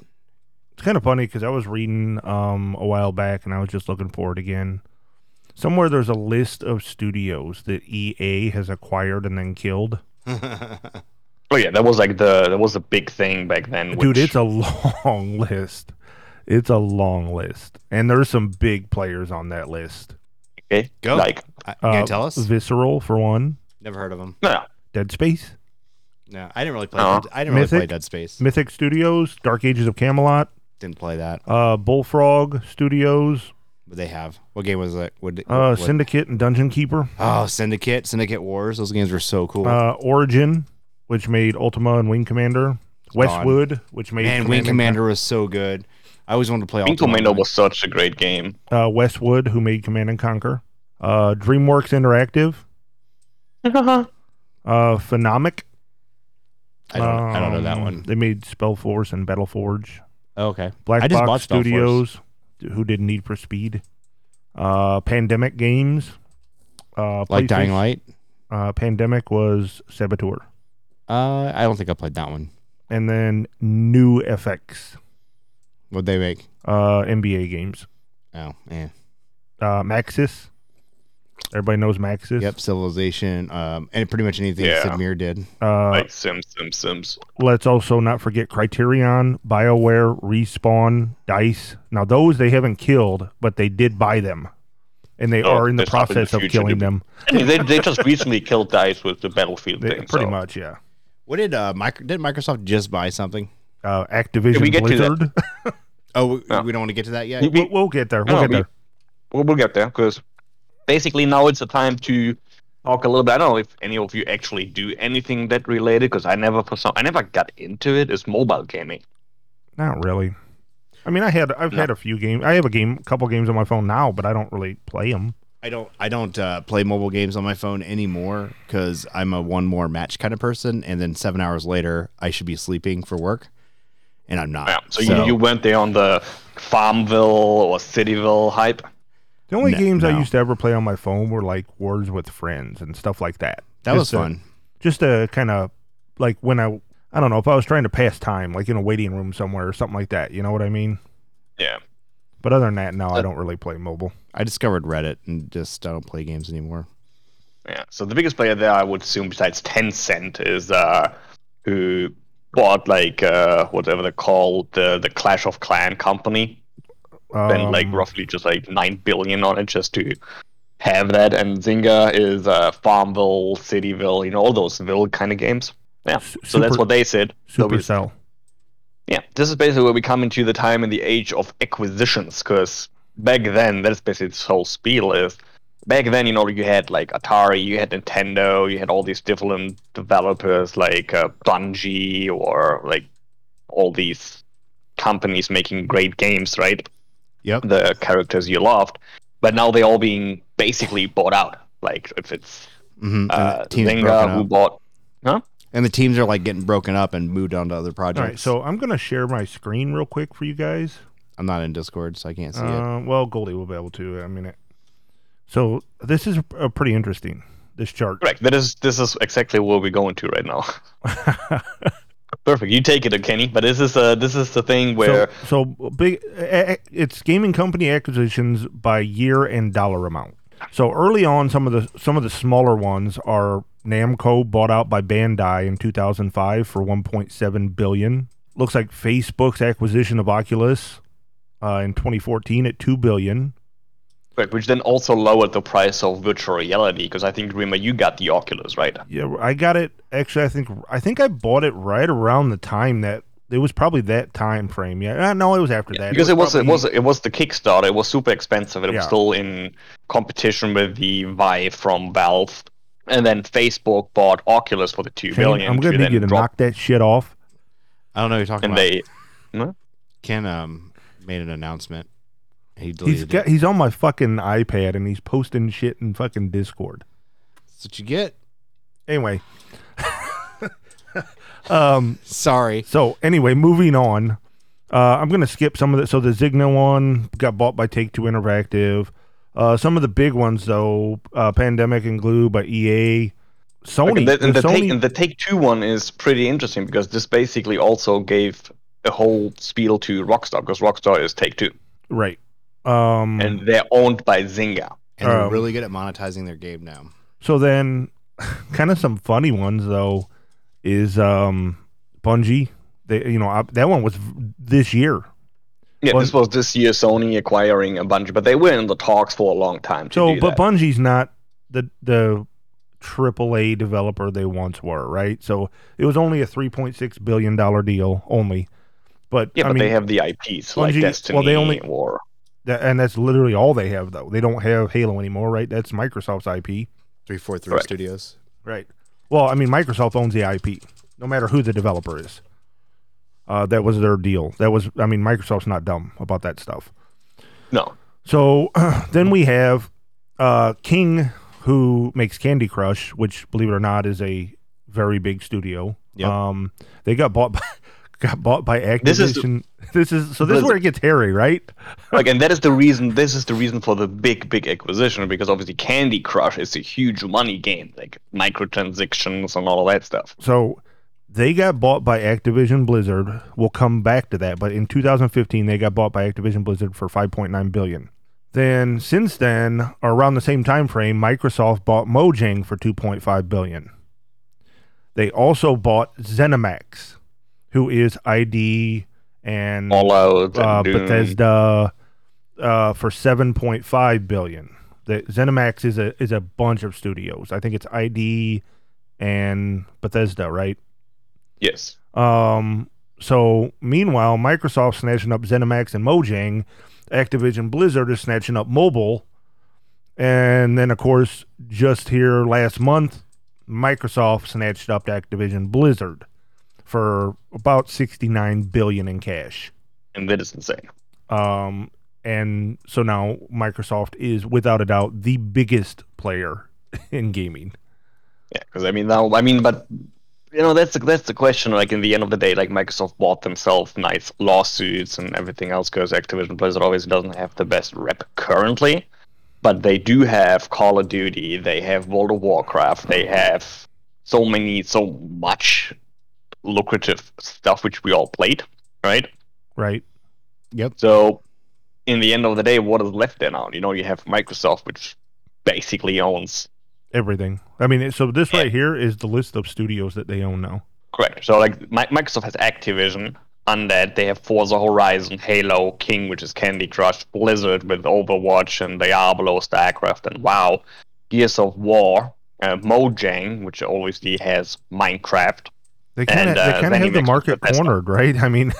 S3: It's kind of funny because I was reading um, a while back and I was just looking for it again. Somewhere there's a list of studios that EA has acquired and then killed.
S1: Oh yeah, that was like the that was the big thing back then.
S3: Dude,
S1: which-
S3: it's a long list. It's a long list. And there's some big players on that list.
S1: okay.
S2: Go.
S1: Like
S2: I- you gonna
S3: Uh,
S2: tell us?
S3: Visceral, for one.
S2: Never heard of them.
S1: no, no,
S3: Dead Space.
S2: No, I didn't really play.
S1: Oh.
S2: I didn't really play
S3: Mythic?
S2: Dead Space.
S3: Mythic Studios. Dark Ages of Camelot.
S2: Didn't play that.
S3: Uh, Bullfrog Studios.
S2: But they have. What game was that? What?
S3: Uh,
S2: what-
S3: Syndicate and Dungeon Keeper.
S2: oh, Syndicate, Syndicate Wars. Those games were so cool.
S3: Uh, Origin, which made Ultima and Wing Commander. Westwood, which made
S2: Man, Wing
S3: Command
S2: Commander was so good. I always wanted to play.
S1: Wing
S2: Ultima
S1: Commander
S2: Online.
S1: was such a great game.
S3: uh, Westwood, who made Command and Conquer, uh, DreamWorks Interactive, uh, Phenomic.
S2: I don't, I don't know that
S3: um,
S2: one.
S3: They made Spellforce and Battleforge.
S2: Oh, okay.
S3: Black
S2: I just bought
S3: Box
S2: Spellforce.
S3: Studios, who did Need for Speed, uh, Pandemic Games. Uh,
S2: Like
S3: PlayStation-
S2: Dying Light.
S3: Uh, Pandemic was Saboteur,
S2: Uh, I don't think I played that one.
S3: and then New FX,
S2: What'd they make?
S3: uh, NBA games.
S2: Oh, yeah.
S3: Uh, Maxis. Everybody knows Maxis.
S2: Yep, Civilization, um, and pretty much anything
S1: Yeah.
S2: Sid Meier did.
S3: Uh,
S1: like Sims, Sims, Sims.
S3: let's also not forget Criterion, BioWare, Respawn, Dice. Now those they haven't killed, but they did buy them. And they
S1: Oh,
S3: are in the
S1: there's nothing in
S3: process
S1: the
S3: of
S1: future to
S3: killing
S1: be-
S3: them.
S1: I mean, they they just recently killed Dice with the Battlefield
S3: They-
S1: thing.
S3: pretty
S1: so-
S3: much, yeah.
S2: What did uh, Micro- did Microsoft just buy something?
S3: Uh, Activision
S1: we get to that?
S3: Blizzard.
S2: Oh, we,
S1: No.
S2: we don't want to get to that yet.
S1: We- we-
S3: we'll, we'll get there.
S1: No,
S3: We'll get
S1: we-
S3: there.
S1: we'll, we'll get there because basically now it's a time to talk a little bit. I don't know if any of you actually do anything that related because I never for some I never got into it. Is mobile gaming.
S3: Not really. I mean, I had I've
S1: No.
S3: had a few games. I have a game, a couple games on my phone now, but I don't really play them.
S2: I don't I don't uh, play mobile games on my phone anymore because I'm a one more match kind of person, and then seven hours later I should be sleeping for work, and I'm not.
S1: Yeah.
S3: Ah,
S1: So, You, you went there on the Farmville or Cityville hype.
S3: The only
S2: No-
S3: games I
S2: no.
S3: used to ever play on my phone were like Words with Friends and stuff like that.
S2: that was
S3: Just, uh,
S2: fun.
S3: just to kind of like when I I don't know if I was trying to pass time like in a waiting room somewhere or something like that. You know what I mean?
S1: Yeah.
S3: But other than that, no, I don't really play mobile.
S2: I discovered Reddit and just I don't play games anymore.
S1: Yeah. So the biggest player there, I would assume, besides Tencent, is uh, who bought like uh, whatever they call the the Clash of Clan company. spent like
S3: Um,
S1: roughly just like nine billion on it just to have that. And Zynga is uh, Farmville, Cityville, you know, all those Ville kind of games. Yeah.
S3: Su-
S1: so that's
S3: super-
S1: what they said. So we-
S3: Supercell.
S1: yeah, this is basically where we come into the time and the age of acquisitions, because back then, that's basically this whole spiel is. Back then, you know, you had like Atari, you had Nintendo, you had all these different developers like uh, Bungie or like all these companies making great games, right?
S2: Yep.
S1: the characters you loved, but now they're all being basically bought out. Like if it's
S2: hmm
S1: uh,
S2: and, the teams broken
S1: Zynga who
S2: up.
S1: bought, huh?
S2: and the teams are like getting broken up and moved on to other
S3: All
S2: projects.
S3: right, so I'm gonna share my screen real quick for you guys.
S2: I'm not in Discord, so I can't see it.
S3: Uh, well, Goldie will be able to. I mean, it. So this is uh, pretty interesting. This chart.
S1: Correct. That is this is exactly where we're going to right now. Perfect. You take it, Kenny. But this is uh this is the thing where
S3: So, so big, a- a- it's gaming company acquisitions by year and dollar amount. So early on, some of the some of the smaller ones are Namco bought out by Bandai in 2005 for 1.7 billion. Looks like Facebook's acquisition of Oculus uh, in 2014 at 2 billion.
S1: correct, which then also lowered the price of virtual reality because I think remember you got the Oculus, right?
S3: Yeah, I got it. Actually, I think I think I bought it right around the time that it was probably that time frame. Yeah, Uh, no, it was after that
S1: Because it was it
S3: probably-
S1: was it was the Kickstarter. It was super expensive. It
S3: Yeah.
S1: was still in competition with the Vive from Valve, and then Facebook bought Oculus for the two
S3: Shane,
S1: billion.
S3: I'm going
S1: to
S3: to need
S1: then
S3: you to
S1: drop
S3: knock that shit off.
S2: I don't know what you're talking
S1: and
S2: about.
S1: they
S2: Ken um made an announcement. He
S3: He's
S2: deleted
S3: got,
S2: it.
S3: he's on my fucking iPad and he's posting shit in fucking Discord.
S2: That's what you get.
S3: Anyway, Um,
S4: Sorry.
S3: so anyway, moving on. Uh, I'm gonna skip some of the. So the Zigna one got bought by Take Two Interactive. Uh, some of the big ones though, uh, Pandemic and Glue by EA. Sony.
S1: Okay, that- and, the
S3: Sony
S1: take, and the take two one is pretty interesting because this basically also gave a whole spiel to Rockstar because Rockstar is take two
S3: right. Um,
S1: and they're owned by Zynga.
S4: And they're
S3: Um,
S4: really good at monetizing their game now.
S3: So then, kind of some funny ones though is um Bungie. They, you know, I, that one was v- this year.
S1: Yeah,
S3: Well-
S1: this was this year Sony acquiring a bunch, but they were in the talks for a long time. To
S3: So,
S1: do
S3: but
S1: that.
S3: Bungie's not the the AAA developer they once were, right? So it was only a three point six billion dollar deal only. But
S1: yeah,
S3: I
S1: but
S3: mean,
S1: they have the IPs like
S3: Bungie-
S1: Destiny
S3: well, they only-
S1: or
S3: tha- and that's literally all they have though. They don't have Halo anymore, right? That's Microsoft's IP,
S4: 343
S1: Correct.
S4: Studios.
S3: right? Well, I mean, Microsoft owns the IP, no matter who the developer is. Uh, that was their deal. That was, I mean, Microsoft's not dumb about that stuff.
S1: no.
S3: So then we have uh, King, who makes Candy Crush, which, believe it or not, is a very big studio.
S4: Yep.
S3: Um, they got bought by got bought by Activision.
S1: This
S3: This
S1: is
S3: is,
S1: the-
S3: so this is
S1: Blizzard.
S3: where it gets hairy, right?
S1: Like, and that is the reason. This is the reason for the big, big acquisition because obviously Candy Crush is a huge money game, like microtransactions and all of that stuff.
S3: So they got bought by Activision Blizzard. We'll come back to that, but in 2015 they got bought by Activision Blizzard for 5.9 billion. Then since then, or around the same time frame, Microsoft bought Mojang for 2.5 billion. They also bought Zenimax, who is ID and
S1: Fallout, and
S3: uh,
S1: Doom.
S3: Bethesda uh, for 7.5 billion. The ZeniMax is a is a bunch of studios. I think it's ID and Bethesda, right?
S1: Yes.
S3: Um, so meanwhile, Microsoft snatching up ZeniMax and Mojang, Activision Blizzard is snatching up mobile, and then of course, just here last month, Microsoft snatched up Activision Blizzard for about 69 billion in cash.
S1: and that is insane.
S3: Um, and so now Microsoft is without a doubt the biggest player in gaming.
S1: Yeah, because I mean now, I mean, but you know, that's the, that's the question. Like in the end of the day, like Microsoft bought themselves nice lawsuits and everything else because Activision Blizzard obviously doesn't have the best rep currently, but they do have Call of Duty, they have World of Warcraft, they have so many, so much lucrative stuff which we all played, right?
S3: Right.
S1: So, in the end of the day, what is left there now? You know, you have Microsoft, which basically owns
S3: Everything. I mean, it- so this right here is the list of studios that they own now.
S1: Correct. So like Mi- Microsoft has Activision, Undead. They have Forza Horizon, Halo, King, which is Candy Crush, Blizzard with Overwatch and Diablo, StarCraft, and WoW, Gears of War, uh, Mojang, which obviously has Minecraft.
S3: They kind of
S1: And, uh,
S3: they kind of
S1: then he
S3: have the
S1: makes
S3: market
S1: Bethesda.
S3: cornered, right? I mean,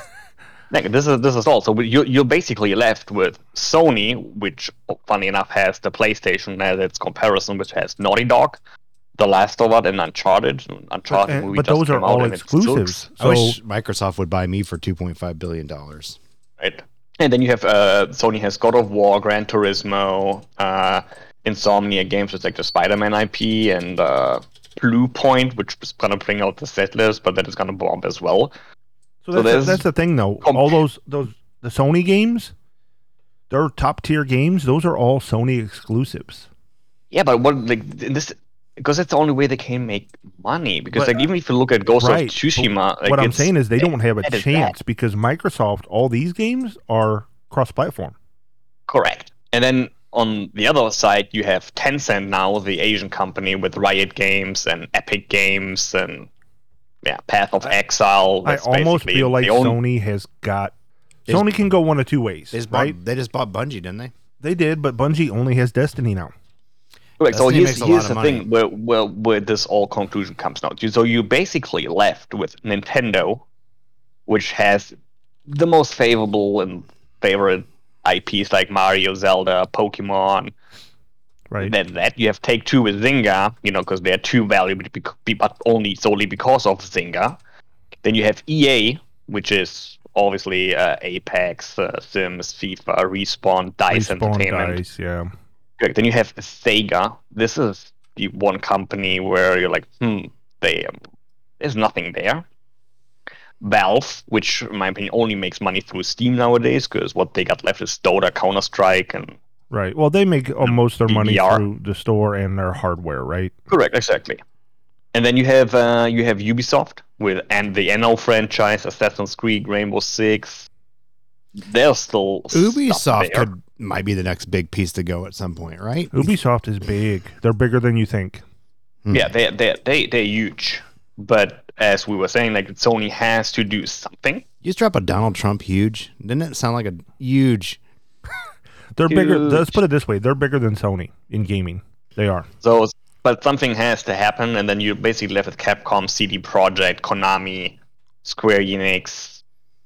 S1: Like, this is this is all. So you're you're basically left with Sony, which funny enough has the PlayStation as its comparison, which has Naughty Dog. The Last of Us and Uncharted. Uncharted
S3: and-
S1: movie
S3: but
S1: just
S3: those are
S1: came out
S3: all
S1: and it sucks.
S3: exclusives.
S4: I
S3: So
S4: wish Microsoft would buy me for $2.5 billion.
S1: Right. And then you have uh, Sony has God of War, Gran Turismo, uh, Insomnia Games, which is like the Spider-Man IP, and uh, Blue Point, which is gonna bring out the settlers, but that is gonna bomb as well. so
S3: so that's,
S1: there's-
S3: that's the thing though.
S1: Com-
S3: all those those the Sony games, they're top tier games. Those are all Sony exclusives.
S1: Yeah, but what like th- this? Because that's the only way they can make money. Because
S3: But- uh,
S1: like even if you look at Ghost
S3: Right.
S1: of Tsushima, like,
S3: what I'm
S1: it's-
S3: saying is they don't have a
S1: that is
S3: chance because Microsoft. All these games are cross-platform.
S1: Correct. And then on the other side, you have Tencent now, the Asian company with Riot Games and Epic Games and yeah, Path of Exile.
S3: I
S1: that's
S3: almost
S1: basically
S3: feel like
S1: the only-
S3: Sony has got.
S4: They-
S3: Sony can go one of two ways,
S4: They just,
S3: right?
S4: bought, they just bought Bungie, didn't they?
S3: They did, but Bungie only has Destiny now.
S1: Correct. So
S4: Destiny
S1: here's,
S4: makes a
S1: here's
S4: lot
S1: the
S4: of money.
S1: thing where, where where this all conclusion comes out. You- So you basically left with Nintendo, which has the most favorable and favorite IPs like Mario, Zelda, Pokemon.
S3: Right.
S1: Then that you have Take Two with Zynga, you know, because they are too valuable, bec- be- but only solely because of Zynga. Then you have EA, which is obviously uh, Apex, uh, Sims, FIFA, Respawn, Dice
S3: Respawn
S1: Entertainment.
S3: dies, yeah.
S1: Correct. Then you have Sega. This is the one company where you're like, hmm, they um, there's nothing there. Valve, which in my opinion only makes money through Steam nowadays, because what they got left is Dota, Counter Strike, and
S3: Right. Well, they make uh, most of their money
S1: DDR.
S3: through the store and their hardware, right?
S1: correct, exactly. And then you have uh, you have Ubisoft with and the NO franchise, Assassin's Creed, Rainbow Six. There's still stuff
S4: Ubisoft
S1: there.
S4: could might be the next big piece to go at some point, right?
S3: Ubisoft is big. They're bigger than you think.
S1: Yeah, they they they they're huge. But as we were saying, like Sony has to do something.
S4: You just drop a Donald Trump huge. Didn't it sound like a huge?
S3: They're bigger.
S1: Huge.
S3: Let's put it this way: they're bigger than Sony in gaming. They are.
S1: So, but something has to happen, and then you're basically left with Capcom, CD Projekt, Konami, Square Enix,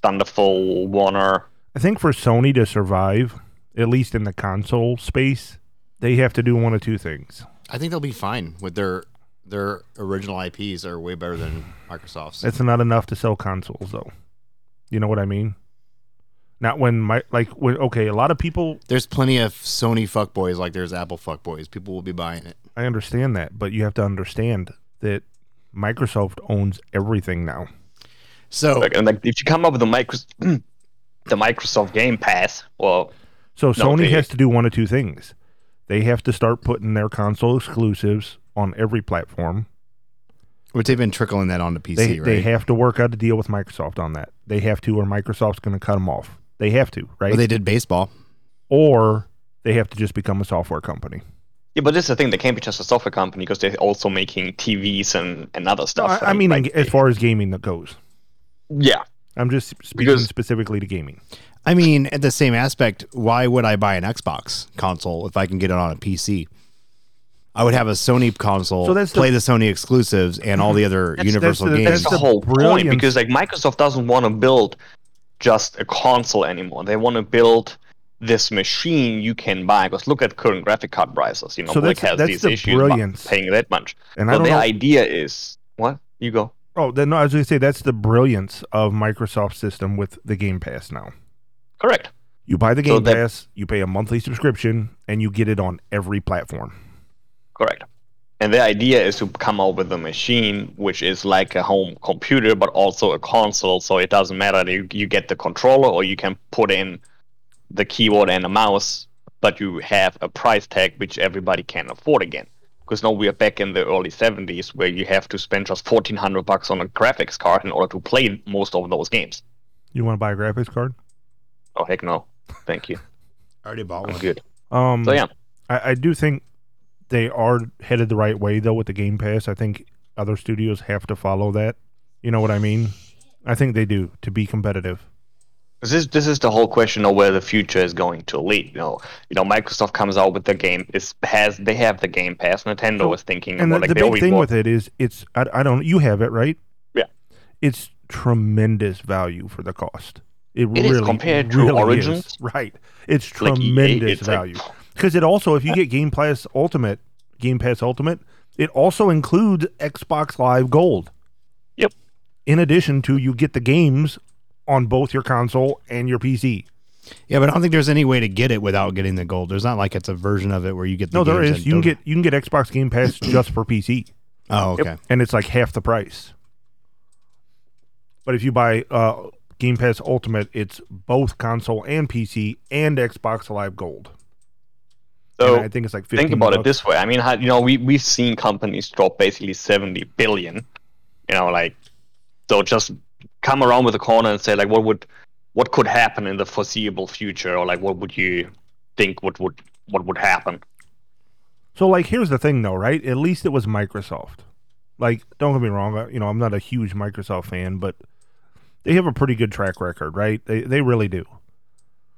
S1: Thunderful, Warner.
S3: I think for Sony to survive, at least in the console space, they have to do one of two things.
S4: I think they'll be fine with their their original IPs are way better than Microsoft's.
S3: That's not enough to sell consoles, though. You know what I mean? Not when my like when, okay, a lot of people
S4: There's plenty of Sony fuckboys like there's Apple fuckboys. People will be buying it.
S3: I understand that, but you have to understand that Microsoft owns everything now.
S2: Oh.
S4: So
S1: Like, and like, if you come up with a micros the Microsoft Game Pass, well,
S3: So
S1: No,
S3: Sony
S1: they-
S3: has to do one of two things. They have to start putting their console exclusives on every platform.
S4: which they've been trickling that onto PC,
S3: They,
S4: right?
S3: they have to work out a deal with Microsoft on that. They have to, or Microsoft's going to cut them off. They have to, right?
S4: Well, they did baseball.
S3: or they have to just become a software company.
S1: yeah, but this is the thing. They can't be just a software company because they're also making TVs and, and other
S3: No,
S1: stuff.
S3: I, I
S1: and,
S3: mean,
S1: like,
S3: as far as gaming that goes,
S1: yeah,
S3: I'm just speaking
S1: Because-
S3: specifically to gaming.
S4: I mean, at the same aspect, why would I buy an Xbox console if I can get it on a PC? I would have a Sony console,
S3: So that's the-
S4: play the Sony exclusives and all the other
S3: That's-
S4: Universal
S3: that's the-
S4: games.
S1: that's the whole point
S3: brilliance.
S1: because like Microsoft doesn't want to build just a console anymore. They want to build this machine you can buy. Because look at current graphic card prices. You know,
S3: So
S1: Blick
S3: that's-
S1: has
S3: that's
S1: these
S3: the
S1: issues about
S3: brilliance.
S1: paying that much.
S3: And I
S1: So
S3: don't
S1: the
S3: know.
S1: idea is what you go.
S3: oh, then no, I was going to say that's the brilliance of Microsoft's system with the Game Pass now.
S1: Correct.
S3: You buy the
S1: So
S3: Game
S1: that-
S3: Pass, you pay a monthly subscription, and you get it on every platform.
S1: Correct. And the idea is to come up with a machine which is like a home computer, but also a console. So it doesn't matter that you, you get the controller or you can put in the keyboard and a mouse, but you have a price tag which everybody can afford again. Because now we are back in the early 70s where you have to spend just 1400 bucks on a graphics card in order to play most of those games.
S3: You want to buy a graphics card?
S1: Oh, heck no. Thank you.
S4: I already bought
S1: I'm good.
S3: Um,
S1: So, yeah.
S3: I, I do think they are headed the right way though with the Game Pass. I think other studios have to follow that. You know what I mean? I think they do to be competitive.
S1: 'Cause This this is the whole question of where the future is going to lead. You know, you know, Microsoft comes out with the game is has they have the Game Pass. Nintendo is thinking
S3: and the,
S1: about like
S3: the
S1: they
S3: big
S1: always
S3: thing
S1: want-
S3: with it is it's I, I don't you have it right?
S1: Yeah.
S3: It's tremendous value for the cost. It,
S1: It is
S3: really
S1: compared to
S3: really
S1: Origin.
S3: is. right? It's
S1: like, EA,
S3: tremendous
S1: it's like-
S3: value because it also if you get Game Pass Ultimate, Game Pass Ultimate, it also includes Xbox Live Gold.
S1: Yep.
S3: In addition to you get the games on both your console and your PC.
S4: Yeah, but I don't think there's any way to get it without getting the gold. There's not like it's a version of it where you get the
S3: No, there
S4: games
S3: is.
S4: and
S3: You can
S4: don't-
S3: get you can get Xbox Game Pass just for PC.
S4: Oh, okay.
S3: and it's like half the price. But if you buy uh, Game Pass Ultimate, it's both console and PC and Xbox Live Gold.
S1: So
S3: and I think it's like 15
S1: think about it
S3: bucks.
S1: this way. I mean, how, you know, we we've seen companies drop basically seventy billion. You know, like so just come around with a corner and say like, what would what could happen in the foreseeable future, or like what would you think would would what would happen?
S3: So like, here's the thing though, right? At least it was Microsoft. Like, don't get me wrong. I- You know, I'm not a huge Microsoft fan, but they have a pretty good track record, right? They they really do.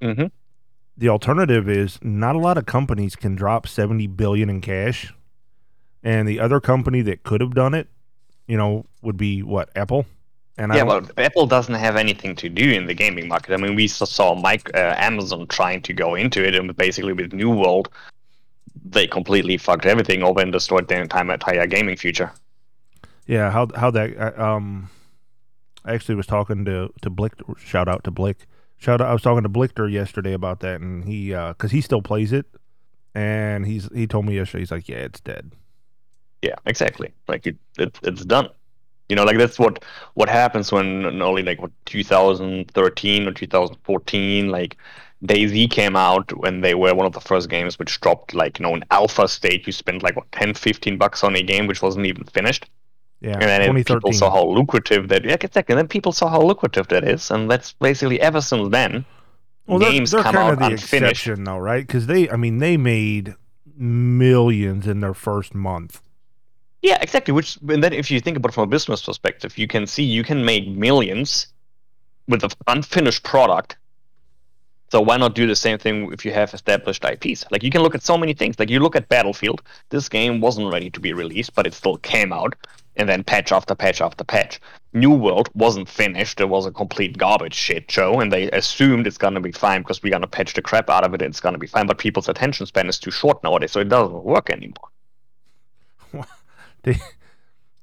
S1: Mm-hmm.
S3: the alternative is not a lot of companies can drop 70 billion in cash and the other company that could have done it you know would be what apple and
S1: yeah,
S3: i don't-
S1: well, Apple doesn't have anything to do in the gaming market. I mean, we s- saw Mike, uh, Amazon trying to go into it, and basically with New World, they completely fucked everything over and destroyed the entire, entire gaming future.
S3: yeah how how that I, um i actually was talking to to blick shout out to blick shout out i was talking to blichter yesterday about that and he uh because he still plays it and he's he told me yesterday he's like yeah it's dead
S1: Yeah, exactly. Like it, it it's done. You know, like that's what what happens when in early like what 2013 or 2014, like DayZ came out when they were one of the first games which dropped like you know an alpha state. You spent like what 10, 15 bucks on a game which wasn't even finished,
S3: Yeah,
S1: and then it-
S3: 2013.
S1: people saw how lucrative that. Yeah, exactly. And then people saw how lucrative that is, and that's basically ever since then.
S3: well, they're,
S1: games
S3: they're
S1: come
S3: kind
S1: out
S3: of the
S1: unfinished.
S3: exception, though, right? Because they, I mean, they made millions in their first month.
S1: Yeah, exactly. Which and then if you think about it from a business perspective, you can see you can make millions with an unfinished product. So why not do the same thing if you have established IPs? Like you can look at so many things. Like you look at Battlefield. This game wasn't ready to be released, but it still came out, and then patch after patch after patch. New World wasn't finished. It was a complete garbage shit show, and they assumed it's gonna be fine because we're gonna patch the crap out of it. And it's gonna be fine, but people's attention span is too short nowadays, so it doesn't work anymore.
S3: They,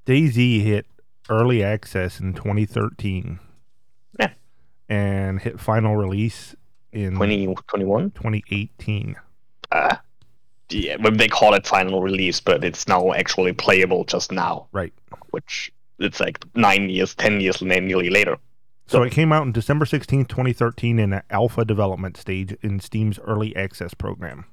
S3: DayZ hit early access in 2013.
S1: Yeah.
S3: And hit final release in
S1: Twenty twenty one.
S3: 2018.
S1: uh, yeah, well, they call it final release, but it's now actually playable just now,
S3: Right.
S1: which it's like nine years, ten years la- nearly later.
S3: So it came out on December 16th, 2013 in an alpha development stage in Steam's early access program.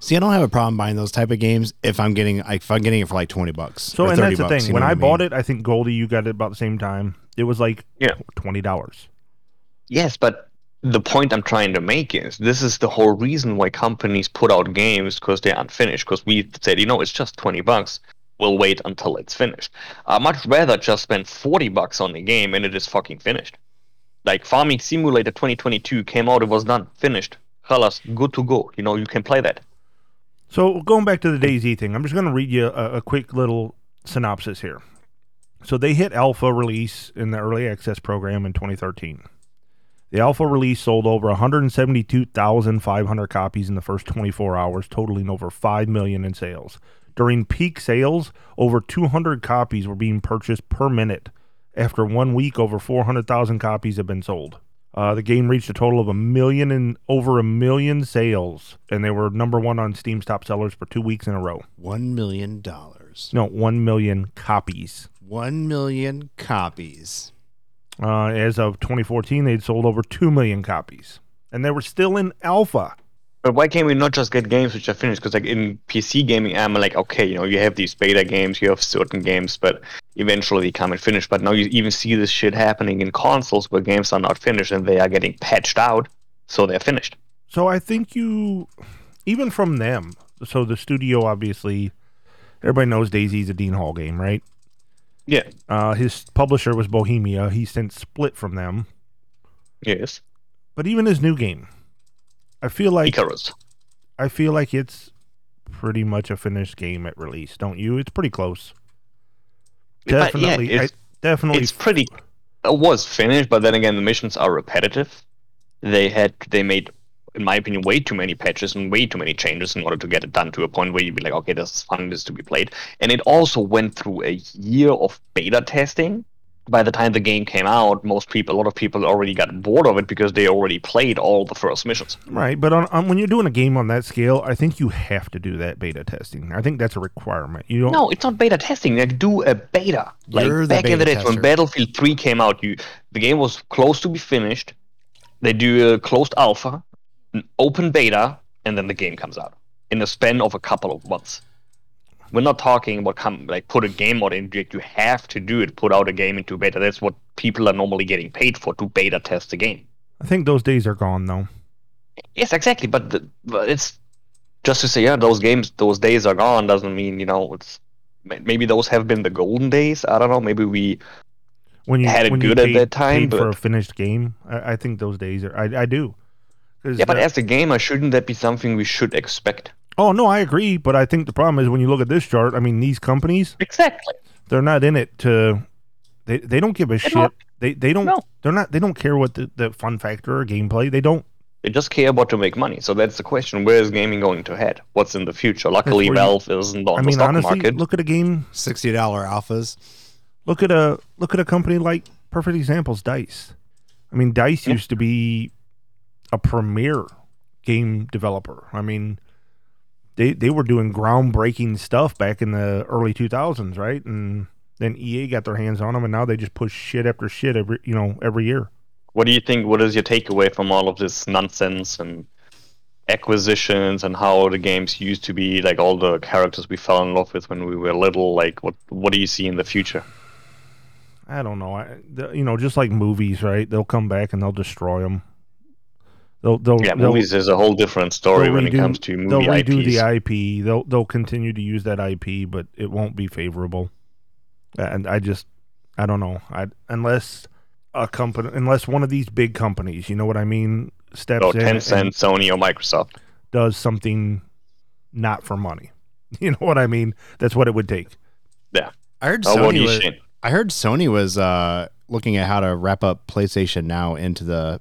S4: See, I don't have a problem buying those type of games if I'm getting if I'm getting it for like twenty bucks.
S3: So
S4: or
S3: and
S4: 30
S3: that's the
S4: bucks,
S3: thing.
S4: you know
S3: when
S4: what
S3: I,
S4: mean?
S3: bought it, I think Goldie you got it about the same time. It was like
S1: Yeah.
S3: $20.
S1: Yes, but the point I'm trying to make is this is the whole reason why companies put out games because they're unfinished. Because we said, you know, it's just twenty bucks. We'll wait until it's finished. I much rather just spend forty bucks on the game and it is fucking finished. Like Farming Simulator 2022 came out, it was done, finished. Hellas, good to go. You know, you can play that.
S3: So going back to the DayZ thing, I'm just going to read you a, a quick little synopsis here. So they hit alpha release in the early access program in 2013. The alpha release sold over 172,500 copies in the first 24 hours, totaling over 5 million in sales. During peak sales, over 200 copies were being purchased per minute. After one week, over 400,000 copies have been sold. Uh, the game reached a total of a million and over a million sales, and they were number one on Steam's top sellers for two weeks in a row.
S4: one million dollars,
S3: No, one million copies.
S4: one million copies.
S3: Uh, as of 2014, they'd sold over two million copies, and they were still in alpha.
S1: But why can't we not just get games which are finished? Because like in PC gaming, I'm like, okay, you know, you have these beta games, you have certain games, but eventually they come and finish. But now you even see this shit happening in consoles where games are not finished and they are getting patched out, so they're finished.
S3: So I think you, even from them, so the studio obviously, everybody knows Daisy's a Dean Hall game, right?
S1: Yeah.
S3: Uh, his publisher was Bohemia. He since split from them,
S1: Yes.
S3: but even his new game, I feel like
S1: Icarus.
S3: I feel like it's pretty much a finished game at release, don't you? It's pretty close.
S1: But yeah,
S3: Definitely, I,
S1: it's-
S3: definitely.
S1: It's pretty. It was finished, but then again, the missions are repetitive. They had they made, in my opinion, way too many patches and way too many changes in order to get it done to a point where you'd be like, okay, this is fun, this is to be played. And it also went through a year of beta testing. By the time the game came out, most people, a lot of people, already got bored of it because they already played all the first missions.
S3: Right, but on, on when you're doing a game on that scale, I think you have to do that beta testing. I think that's a requirement. You don't.
S1: No, it's not beta testing. Like do a beta. Like
S4: You're the
S1: back in the
S4: beta
S1: days when
S4: tester.
S1: Battlefield 3 came out, you the game was close to be finished. They do a closed alpha, an open beta, and then the game comes out in the span of a couple of months. We're not talking about come like put a game out in You have to do it. Put out a game into beta. That's what people are normally getting paid for to beta test the game.
S3: I think those days are gone though.
S1: Yes, exactly. But, the, but it's just to say, yeah, those games, those days are gone. Doesn't mean you know it's may- maybe those have been the golden days. I don't know. Maybe we
S3: When you
S1: Had it
S3: when you
S1: good at
S3: paid-
S1: that time,
S3: paid for
S1: but-
S3: a finished game, I, I think those days are. I, I do. 'Cause
S1: yeah. But
S3: the-
S1: as a gamer, shouldn't that be something we should expect?
S3: oh no, I agree. But I think the problem is when you look at this chart. I mean, these companies,
S1: Exactly.
S3: they're not in it to. They they don't give a shit.
S1: don't.
S3: They they don't.
S1: No.
S3: They're not. They don't care what the, the fun factor or gameplay. They don't.
S1: They just care about to make money. So that's the question: Where is gaming going to head? What's in the future? Luckily,
S3: where you-
S1: Valve isn't on
S3: I
S1: the
S3: mean,
S1: stock
S3: honestly,
S1: market.
S3: look at a game.
S4: Sixty dollar alphas.
S3: look at a look at a company like perfect examples dice i mean dice used to be a premier game developer i mean they they were doing groundbreaking stuff back in the early 2000s right and Then EA got their hands on them, and now they just push shit after shit every you know every year.
S1: What do you think? What is your takeaway from all of this nonsense and acquisitions and how the games used to be, like all the characters we fell in love with when we were little? Like, what what do you see in the future?
S3: I don't know. I, the, you know, just like movies, right? They'll come back and they'll destroy them. They'll, they'll,
S1: Yeah,
S3: they'll,
S1: movies is a whole different story
S3: they'll
S1: when it
S3: redo-
S1: comes to
S3: they'll
S1: movie
S3: redo
S1: IPs.
S3: the IP. They'll they'll continue to use that IP, but it won't be favorable. And I just, I don't know. I unless a company, unless one of these big companies, you know what I mean, steps
S1: so
S3: in and
S1: Tencent, Sony, or Microsoft.
S3: does something not for money. You know what I mean? That's what it would take.
S2: I heard
S1: Oh, what do
S2: Sony
S1: you
S2: was,
S1: think?
S2: I heard Sony was uh, looking at how to wrap up PlayStation Now into the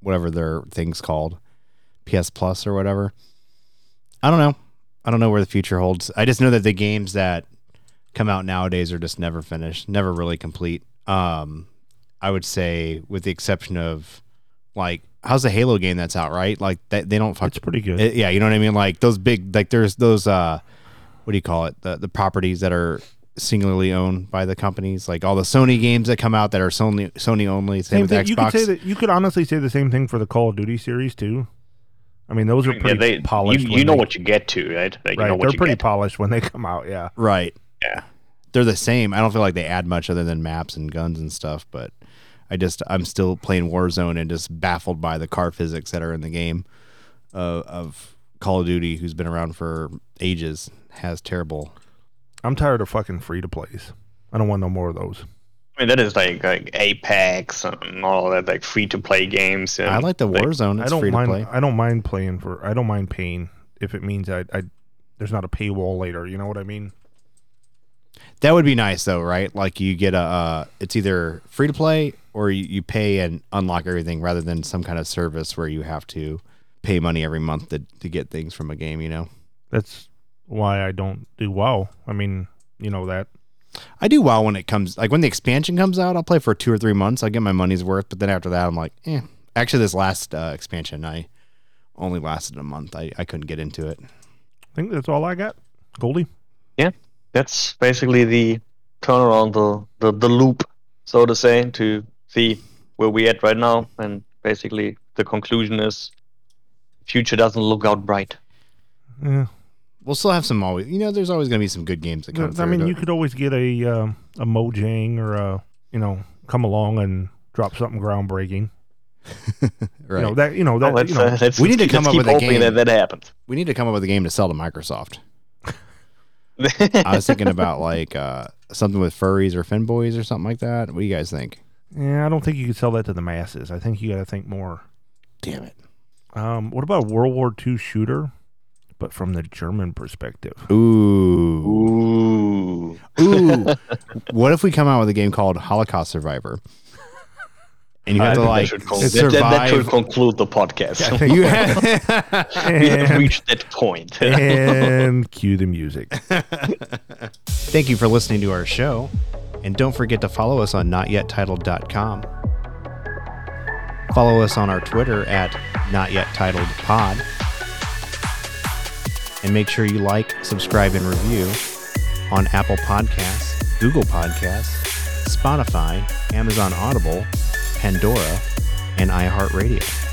S2: whatever their thing's called, PS Plus or whatever. I don't know. I don't know where the future holds. I just know that the games that come out nowadays are just never finished, never really complete. Um, I would say, with the exception of like, how's the Halo game that's out, right? Like that they don't fuck
S3: It's pretty good.
S2: it- yeah, you know what I mean. Like those big, like there's those, uh, what do you call it? The the properties that are singularly owned by the companies, like all the Sony games that come out that are Sony Sony only. Same,
S3: same
S2: with
S3: thing. You
S2: Xbox.
S3: could say that. You could honestly say the same thing for the Call of Duty series too. I mean, those are
S1: Yeah,
S3: pretty
S1: they,
S3: polished.
S1: you,
S3: when
S1: you know
S3: they-
S1: what you get to, right? Like,
S3: right?
S1: you know what
S3: They're
S1: you
S3: pretty
S1: get.
S3: polished when they come out. Yeah.
S2: right?
S1: Yeah.
S2: they're the same. I don't feel like they add much other than maps and guns and stuff. But I just I'm still playing Warzone and just baffled by the car physics that are in the game uh, of Call of Duty, who's been around for ages, has terrible.
S3: I'm tired of fucking free to plays. I don't want no more of those.
S1: I mean, that is like, like Apex and all that, like free to play games. And
S2: I like the Warzone. It's
S3: I
S2: free
S3: don't mind.
S2: to play.
S3: I don't mind playing for. I don't mind paying if it means I. I there's not a paywall later. You know what I mean?
S2: That would be nice though, right? Like you get a uh, it's either free to play or you, you pay and unlock everything rather than some kind of service where you have to pay money every month to, to get things from a game, you know.
S3: That's why I don't do WoW. I mean, you know that.
S2: I do well when it comes like when the expansion comes out, I'll play for 2 or 3 months, I'll get my money's worth, but then after that I'm like, "Eh." Actually this last uh, expansion I only lasted a month. I, I couldn't get into it.
S3: I think that's all I got. Goldie.
S1: that's basically the turnaround, the, the, the loop, so to say, to see where we at right now. And basically, the conclusion is future doesn't look out bright.
S3: Yeah.
S2: We'll still have some always, you know, there's always going to be some good games that come
S3: I
S2: through,
S3: mean,
S2: don't-
S3: you could always get a um, a Mojang or a you know come along and drop something groundbreaking.
S2: right.
S3: You know that. You know that.
S1: Oh, let's,
S3: you know,
S1: uh, let's,
S2: We need to
S1: let's
S2: come up
S1: keep
S2: with a
S1: hoping
S2: game.
S1: that that happens.
S2: we need to come up with a game to sell to Microsoft. I was thinking about like uh, something with furries or fin boys or something like that. What do you guys think?
S3: yeah, I don't think you could sell that to the masses. I think you got to think more.
S2: Damn it!
S3: Um, what about World War II shooter, but from the German perspective?
S2: Ooh,
S1: Ooh.
S2: ooh. what if we come out with a game called Holocaust Survivor? And you
S1: I
S2: have to
S1: think that
S2: like
S1: should con- that- that- that should
S2: survive.
S1: conclude the podcast.
S2: You have-
S1: we have
S3: And,
S1: reached that point.
S3: and cue the music.
S2: Thank you for listening to our show, and don't forget to follow us on notyettitled.com. Follow us on our Twitter at notyetitledpod. And make sure you like, subscribe, and review on Apple Podcasts, Google Podcasts, Spotify, Amazon Audible, Pandora, and iHeartRadio.